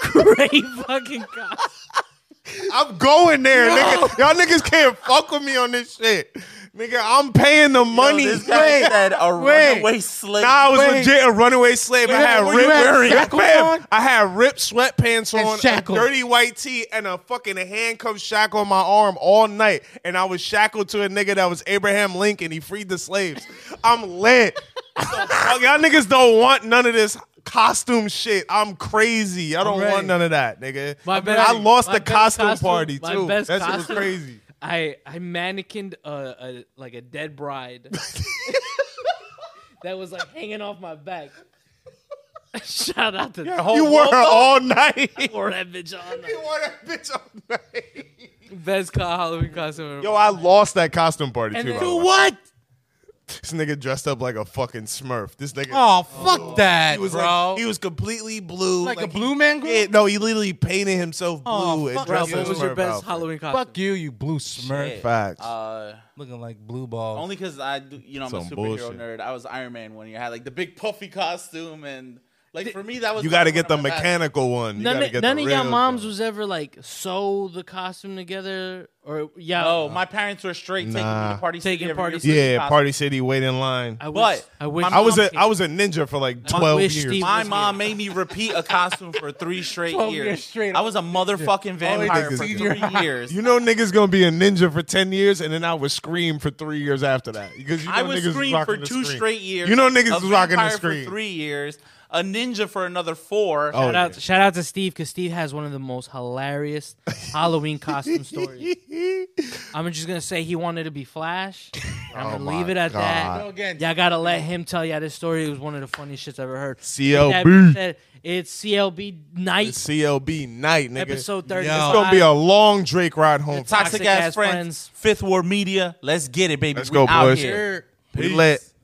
Speaker 1: great fucking costume.
Speaker 5: I'm going there, nigga. Y'all niggas can't fuck with me on this shit. Nigga, I'm paying the money.
Speaker 7: Yo, this guy
Speaker 5: Wait.
Speaker 7: said a
Speaker 5: wait.
Speaker 7: runaway slave.
Speaker 5: Nah, I was
Speaker 6: Wait.
Speaker 5: legit a runaway slave. I
Speaker 6: Wait,
Speaker 5: had
Speaker 6: were
Speaker 5: ripped,
Speaker 6: you had
Speaker 5: wearing-
Speaker 6: shackles
Speaker 5: fam,
Speaker 6: on?
Speaker 5: I had ripped sweatpants
Speaker 6: And
Speaker 5: on, a
Speaker 6: shackles.
Speaker 5: dirty white tee, and a fucking handcuff shackle on my arm all night. And I was shackled to a nigga that was Abraham Lincoln. He freed the slaves. I'm lit. So, fuck, y'all niggas don't want none of this costume shit. I'm crazy. I don't
Speaker 6: ready.
Speaker 5: want none of that, nigga. I,
Speaker 1: My
Speaker 5: mean,
Speaker 1: best-
Speaker 5: I lost
Speaker 1: my
Speaker 5: the
Speaker 1: best
Speaker 5: costume,
Speaker 1: costume-
Speaker 5: party
Speaker 1: my
Speaker 5: too.
Speaker 1: best
Speaker 5: That's what was
Speaker 1: costume-
Speaker 5: crazy.
Speaker 1: I I mannequined a, a like a dead bride that was like hanging off my back. Shout out to
Speaker 5: You wore her all night. you
Speaker 1: wore that bitch on.
Speaker 5: wore that bitch all night.
Speaker 1: Best co- Halloween costume.
Speaker 5: Yo, I lost that costume party
Speaker 1: And
Speaker 5: too.
Speaker 1: then-
Speaker 5: by the
Speaker 1: Do
Speaker 5: way.
Speaker 6: What?
Speaker 5: This nigga dressed up like a fucking Smurf. This nigga.
Speaker 6: Oh fuck that,
Speaker 5: he was
Speaker 6: bro.
Speaker 5: Like, he was completely blue,
Speaker 6: Like a
Speaker 5: he-
Speaker 6: blue man group?
Speaker 5: Yeah, no, he literally painted himself blue
Speaker 6: Oh,
Speaker 5: and
Speaker 6: fuck
Speaker 1: Bro,
Speaker 5: dressed
Speaker 6: you.
Speaker 5: as
Speaker 1: what was your
Speaker 5: Smurf
Speaker 1: best
Speaker 5: outfit.
Speaker 1: Halloween costume?
Speaker 6: fuck you, you blue smurf.
Speaker 7: Shit.
Speaker 5: Facts.
Speaker 7: Uh,
Speaker 6: Looking like blue balls.
Speaker 7: only because I, do, you know, I'm a
Speaker 5: Some
Speaker 7: superhero
Speaker 5: bullshit.
Speaker 7: nerd. I was Iron Man one year. I had like the big puffy costume, and like for me that
Speaker 6: Uh,
Speaker 7: was.
Speaker 5: you got to
Speaker 7: like,
Speaker 5: get the
Speaker 7: one of my best.
Speaker 5: mechanical one. You
Speaker 1: None,
Speaker 5: gotta get
Speaker 1: none
Speaker 5: the
Speaker 1: of
Speaker 5: real
Speaker 1: y'all moms
Speaker 5: one.
Speaker 1: was ever like sew the costume together or yeah.
Speaker 7: No, Oh, my parents were straight taking me
Speaker 5: Nah.
Speaker 7: to party.
Speaker 1: Taking
Speaker 7: City every
Speaker 1: party
Speaker 7: year for
Speaker 1: City.
Speaker 7: the
Speaker 5: Yeah,
Speaker 7: costume.
Speaker 5: Party City, wait in line.
Speaker 1: I
Speaker 5: I,
Speaker 1: wish.
Speaker 7: But
Speaker 1: I wish.
Speaker 7: my- I
Speaker 5: was a I
Speaker 1: was.
Speaker 5: was a ninja for like twelve
Speaker 1: wish
Speaker 5: years.
Speaker 1: Steve-
Speaker 7: My
Speaker 1: was
Speaker 7: mom
Speaker 1: here.
Speaker 7: made me repeat a costume for three straight
Speaker 6: 12
Speaker 7: years.
Speaker 6: years straight.
Speaker 7: I was a motherfucking vampire
Speaker 5: niggas
Speaker 7: for
Speaker 5: do.
Speaker 7: three years.
Speaker 5: You know niggas gonna be a ninja for ten years, and then I would scream for three years after that because you know
Speaker 7: I was
Speaker 5: niggas was
Speaker 7: scream
Speaker 5: rocking
Speaker 7: for
Speaker 5: the
Speaker 7: two
Speaker 5: scream.
Speaker 7: straight years.
Speaker 5: You know niggas
Speaker 7: a
Speaker 5: was rocking the
Speaker 7: vampire
Speaker 5: scream.
Speaker 7: for three years. A ninja for another four.
Speaker 5: Oh,
Speaker 1: Shout out, shout out to Steve because Steve has one of the most hilarious Halloween costume stories. I'm just gonna say he wanted to be Flash. and I'm
Speaker 5: Oh
Speaker 1: gonna
Speaker 5: my
Speaker 1: leave it at
Speaker 6: So
Speaker 5: God.
Speaker 1: that.
Speaker 6: again,
Speaker 1: Y'all gotta let him tell y'all this story. It was one of the funniest shits I've ever heard. That being
Speaker 5: CLB,
Speaker 1: said, It's CLB night
Speaker 5: CLB night, nigga.
Speaker 1: episode thirty.
Speaker 6: Yo.
Speaker 5: It's gonna be a long Drake ride home.
Speaker 7: Toxic, ass,
Speaker 1: Toxic-ass
Speaker 7: friends.
Speaker 1: friends.
Speaker 7: Fifth War Media. Let's get it, baby.
Speaker 5: Let's
Speaker 7: We
Speaker 5: go,
Speaker 7: out
Speaker 5: boys.
Speaker 7: here.
Speaker 5: We lit.